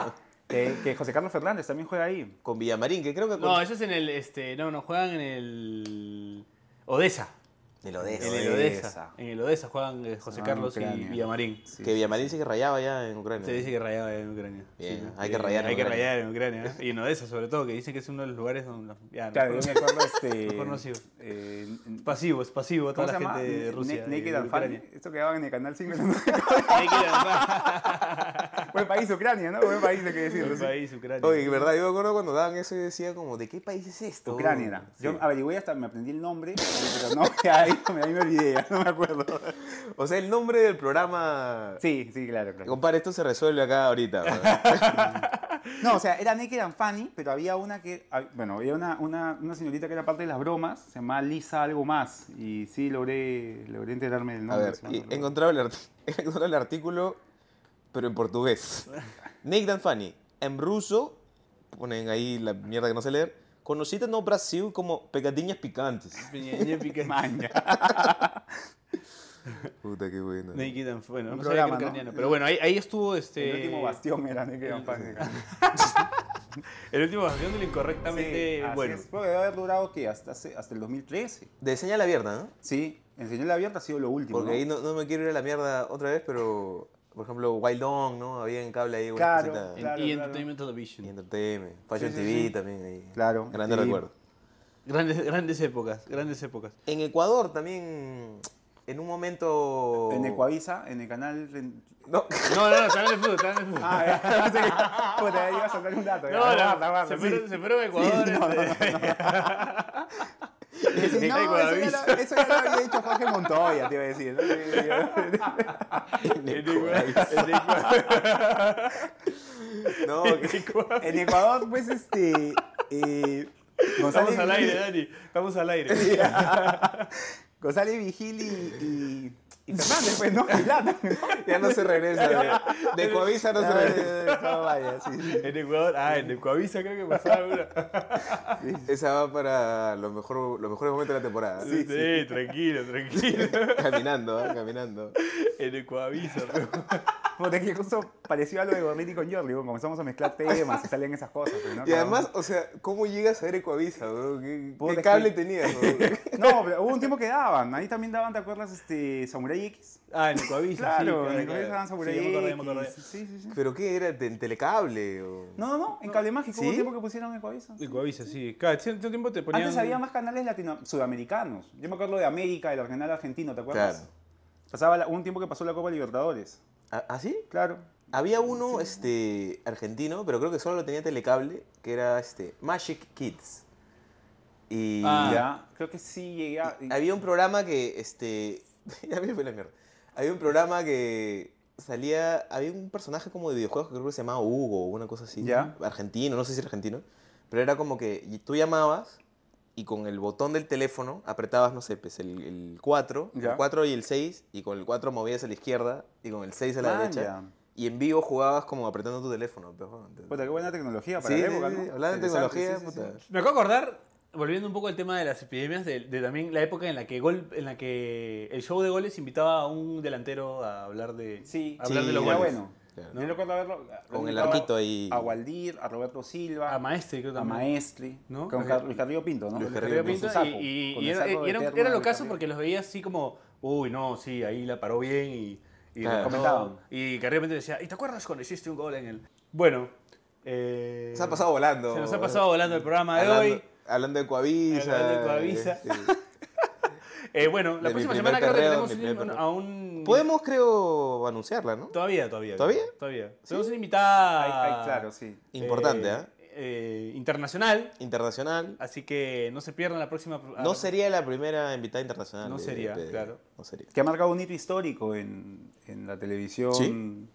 Que, que José Carlos Fernández también juega ahí.
con Villamarín, que creo que
No,
con
eso es en el este, no, no juegan en el Odessa.
el Odessa.
En el
Odessa.
Odessa. En el Odessa juegan eh, José
Ah,
Carlos y
Ucrania.
Villamarín.
Sí,
que
sí,
Villamarín sí que rayaba ya en Ucrania.
Se dice que rayaba en Ucrania.
Bien,
¿no?
hay que rayar en
Hay que
Ucrania.
rayar en Ucrania. ¿eh? Y en Odessa, sobre todo, que dicen que es uno de los lugares donde. los- ya, no
Claro, yo
conozco.
me acuerdo este.
Mejor no sigo.
eh,
Es pasivo, es pasivo a
¿Cómo
toda
se
la
llama?
gente de
Ne-
Rusia.
Ne- Naked
de
and
Ucrania.
Funny. Esto quedaba en el canal 5.
Naked and Funny.
Buen país, Ucrania, ¿no? Buen país, hay que decirlo.
El
sí.
país, Ucrania.
Oye, que verdad, yo me acuerdo cuando daban eso y decía como, ¿de qué país es esto?
Ucrania era.
Uh, Sí.
Yo averigüé hasta me aprendí el nombre, pero no, ya, ahí, me- ahí me olvidé, ya no me acuerdo.
O sea, el nombre del programa...
Sí, sí, claro, claro.
Compadre, esto se resuelve acá ahorita. ¿verdad?
No, o sea, era Naked and Funny, pero había una que. hab- Bueno, había una, una, una señorita que era parte de las bromas, se llamaba Lisa Algo Más, y sí logré, logré enterarme del
A
nombre.
ver,
sí, me
y he
acuerdo.
encontrado el, art- he encontrado el artículo, pero en portugués. Nick Danfani, en ruso, ponen ahí la mierda que no sé leer, conocida no Brasil como pegadiñas picantes.
Peñaña picante.
Maña.
Puta, qué bueno.
Naked and Funny. Bueno,
Un
no sabía que era
programa, ¿no?
ucraniano. Pero bueno, ahí, ahí estuvo este.
El último bastión era Naked and Funny.
El último bastión del incorrectamente
Sí, así
bueno.
es. Porque debe haber durado, ¿qué? Hasta, hace- hasta el 2013.
De señal abierta, ¿no?
Sí, en Señal Abierta ha sido lo último.
Porque
¿no?
ahí no, no me quiero ir a la mierda otra vez, pero, por ejemplo, Wild On, ¿no? Había en cable ahí. unas
Claro,
cositas.
claro.
y Entertainment Television.
Y Entertainment, Fashion
Sí, sí,
TV
sí.
también ahí.
Claro,
Grande
sí.
recuerdo.
Grandes, grandes épocas, grandes épocas.
En Ecuador también, en un momento...
En Ecuavisa, en el canal. Ren-
No,
No, no, no, está en el fútbol, está en el fútbol.
Ah, ya, pensé que- puta, iba a soltar un dato. ya.
no, no,
Guarda, guarda,
se,
sí.
fueron, se fueron a Ecuador.
Sí, no, no,
este.
Sí, sí, no,
Ecuavisa.
eso, ya lo, eso ya lo había dicho Jorge Montoya, te iba a decir. ¿no? Sí,
En Ecuador, este. en Ecuador.
no, que-
sí. En Ecuador, pues, este. eh, González,
Estamos al aire, ¿eh? Dani. Estamos al aire.
González Vigil y, y, y Fernández, pues, ¿no? Y Lata, ¿no?
ya no se regresa. De, de Ecuavisa no se regresa.
No, vaya, sí, sí.
En Ecuador, ah, en Ecuavisa creo que pasaba una.
Esa va para los mejor, los mejores momentos de la temporada.
Sí, tranquilo, tranquilo.
Caminando, ¿ah? caminando.
En Ecuavisa, pero.
Porque aquí justo pareció a lo de Gorlini con Jordi, bueno, comenzamos a mezclar temas y salen esas cosas. pues, ¿no?
Y
Cada uno-
además, o sea, ¿cómo llegas a ver Ecuavisa? bro? ¿Qué,
Puta,
qué
es
cable
que-
tenías? bro?
No, pero hubo un tiempo que daban. Ahí también daban, ¿te acuerdas? Este, Samurai X.
Ah, en Ecuavisa.
Claro,
sí,
en el colegio daban Samurai
Sí, ya me acordé, ya me acordé.
X. Sí, sí, sí.
¿Pero qué era? ¿En telecable? o-
No, no, no, en Cable Mágico hubo
¿Sí?
un tiempo que pusieron en Coavisa.
Ecuavisa, sí. Cada cierto tiempo te ponían.
Antes había más canales latino sudamericanos. Yo me acuerdo de América, del canal argentino, ¿te acuerdas?
Claro.
Pasaba la- hubo un tiempo que pasó la Copa Libertadores.
¿Ah, ah, sí?
Claro.
Había uno este, argentino, pero creo que solo lo tenía telecable, que era este, Magic Kids. Y
Ah.
Ya, creo que sí llegué a...
había un programa que, este, ya me fue la mierda. Había un programa que salía, había un personaje como de videojuegos que creo que se llamaba Hugo o una cosa así,
Ya.
argentino, no sé si era argentino, pero era como que y tú llamabas y con el botón del teléfono apretabas, no sé, pues el, el 4, el
Ya.
4 y el 6, y con el 4 movías a la izquierda y con el 6 a la
Man,
derecha.
Ah, ya.
Y en vivo jugabas como apretando tu teléfono. pues, bueno, te-
Puta, qué buena tecnología para
Sí,
la
sí,
época,
sí,
¿no?
hablando de
Interesante,
tecnología,
sí, sí,
puta.
sí.
Me acabo de acordar, volviendo un poco al tema de las epidemias, de, de también la época en la que gol, en la que el show de goles invitaba a un delantero a hablar de,
Sí,
a hablar
sí,
de los
era
goles.
bueno.
Claro.
Yo recuerdo haberlo...
Con el
haberlo
arquito ahí.
A Waldir, a Roberto Silva.
A Maestri, creo
a
también.
Maestri,
¿No?
con
Ajá.
Car- Luis Carrillo Pinto, ¿no?
Luis
Con
Carrillo
su
Pinto,
saco,
y- y,
con
y
el
era,
saco de
era,
eterno
era
de
lo
Luis
caso
Carrillo.
porque los veía así como, uy, no, sí, ahí la paró bien y Y
Claro.
comentaban.
Comentaban.
Y Carrillo Pinto decía, ¿y te acuerdas cuando hiciste un gol en el...? Bueno, eh,
Se ha pasado volando.
Se nos ha pasado volando el programa de
Hablando-
hoy.
Hablando de Coavisa.
Hablando de Coavisa.
este,
Eh, bueno, la
De mi
próxima
primer
semana creo que
perreo,
tenemos
mi
un-
primer perreo.
a un...
Podemos, creo, anunciarla, ¿no?
Todavía, todavía.
¿Todavía?
Todavía. Tenemos una invitada...
Ahí- ahí, claro, sí.
Importante, ¿ah?
eh, internacional.
Internacional.
Así que no se pierdan la próxima... ah,
No sería la primera invitada internacional.
No
de-
sería,
de-
claro.
No sería.
Que ha marcado un hito histórico en, en la televisión.
Sí.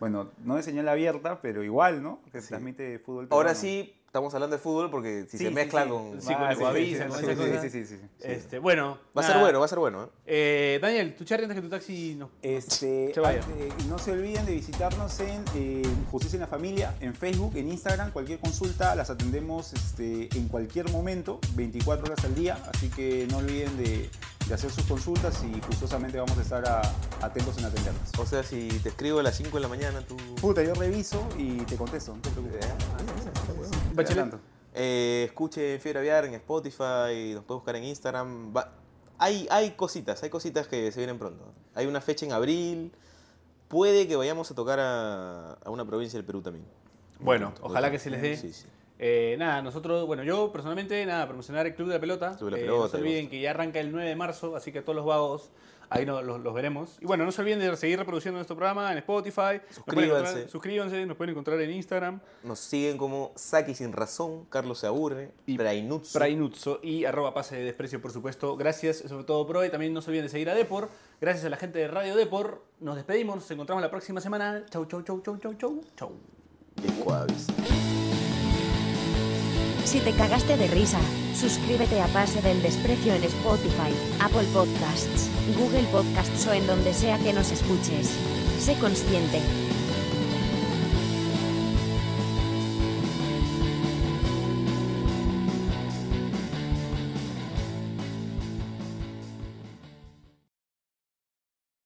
Bueno, no de señal abierta, pero igual, ¿no? Que se transmite fútbol.
Ahora
peruano.
sí, estamos hablando de fútbol porque si
Sí,
se
sí,
mezcla
sí.
con...
Sí, con
Ah,
el Coavisa,
sí,
con
sí,
esas
sí,
cosas.
sí, sí, sí, sí.
Este, bueno.
Va a ser
nada.
bueno, va a ser bueno. ¿eh?
Eh, Daniel, tu charla antes que tu taxi no.
Este,
Se vaya.
ah, eh, no se olviden de visitarnos en eh, Justicia en la Familia, en Facebook, en Instagram, cualquier consulta, las atendemos este, en cualquier momento, 24 horas al día, así que no olviden de, de hacer sus consultas y gustosamente vamos a estar a- atentos en atenderlas.
O sea, si te escribo a las 5 de la mañana, tú...
Puta, yo reviso y te contesto, no te
Eh,
preocupes.
Bachelet.
Adelanto.
Eh, escuche Fiebre Aviar en Spotify, nos puede buscar en Instagram. Va- Hay, hay cositas, hay cositas que se vienen pronto. Hay una fecha en abril. Puede que vayamos a tocar a, a una provincia del Perú también.
Bueno,
Muy
ojalá
pronto.
que se les dé.
Sí, sí.
Eh, nada, nosotros, bueno, yo personalmente, nada, promocionar el Club de la Pelota.
Club de la
Eh, no
Pelota,
se olviden
gusto.
que ya arranca el 9 de marzo, así que todos los vagos, ahí no- los, los veremos. Y bueno, no se olviden de seguir reproduciendo nuestro programa en Spotify. Nos pueden encontrar-
Suscríbanse.
suscríbanse, nos pueden encontrar en Instagram,
Nos siguen como Saki sin razón, Carlos se aburre,
Y
Brainutsu.
Prainutso y arroba pase de desprecio, por supuesto. Gracias, sobre todo Pro, y también no se olviden de seguir a Depor. Gracias a la gente de Radio Depor. Nos despedimos, nos encontramos la próxima semana. Chau, chau, chau, chau, chau, chau, chau.
y Coavisa.
Si te cagaste de risa, suscríbete a Pase del Desprecio en Spotify, Apple Podcasts, Google Podcasts o en donde sea que nos escuches. Sé consciente.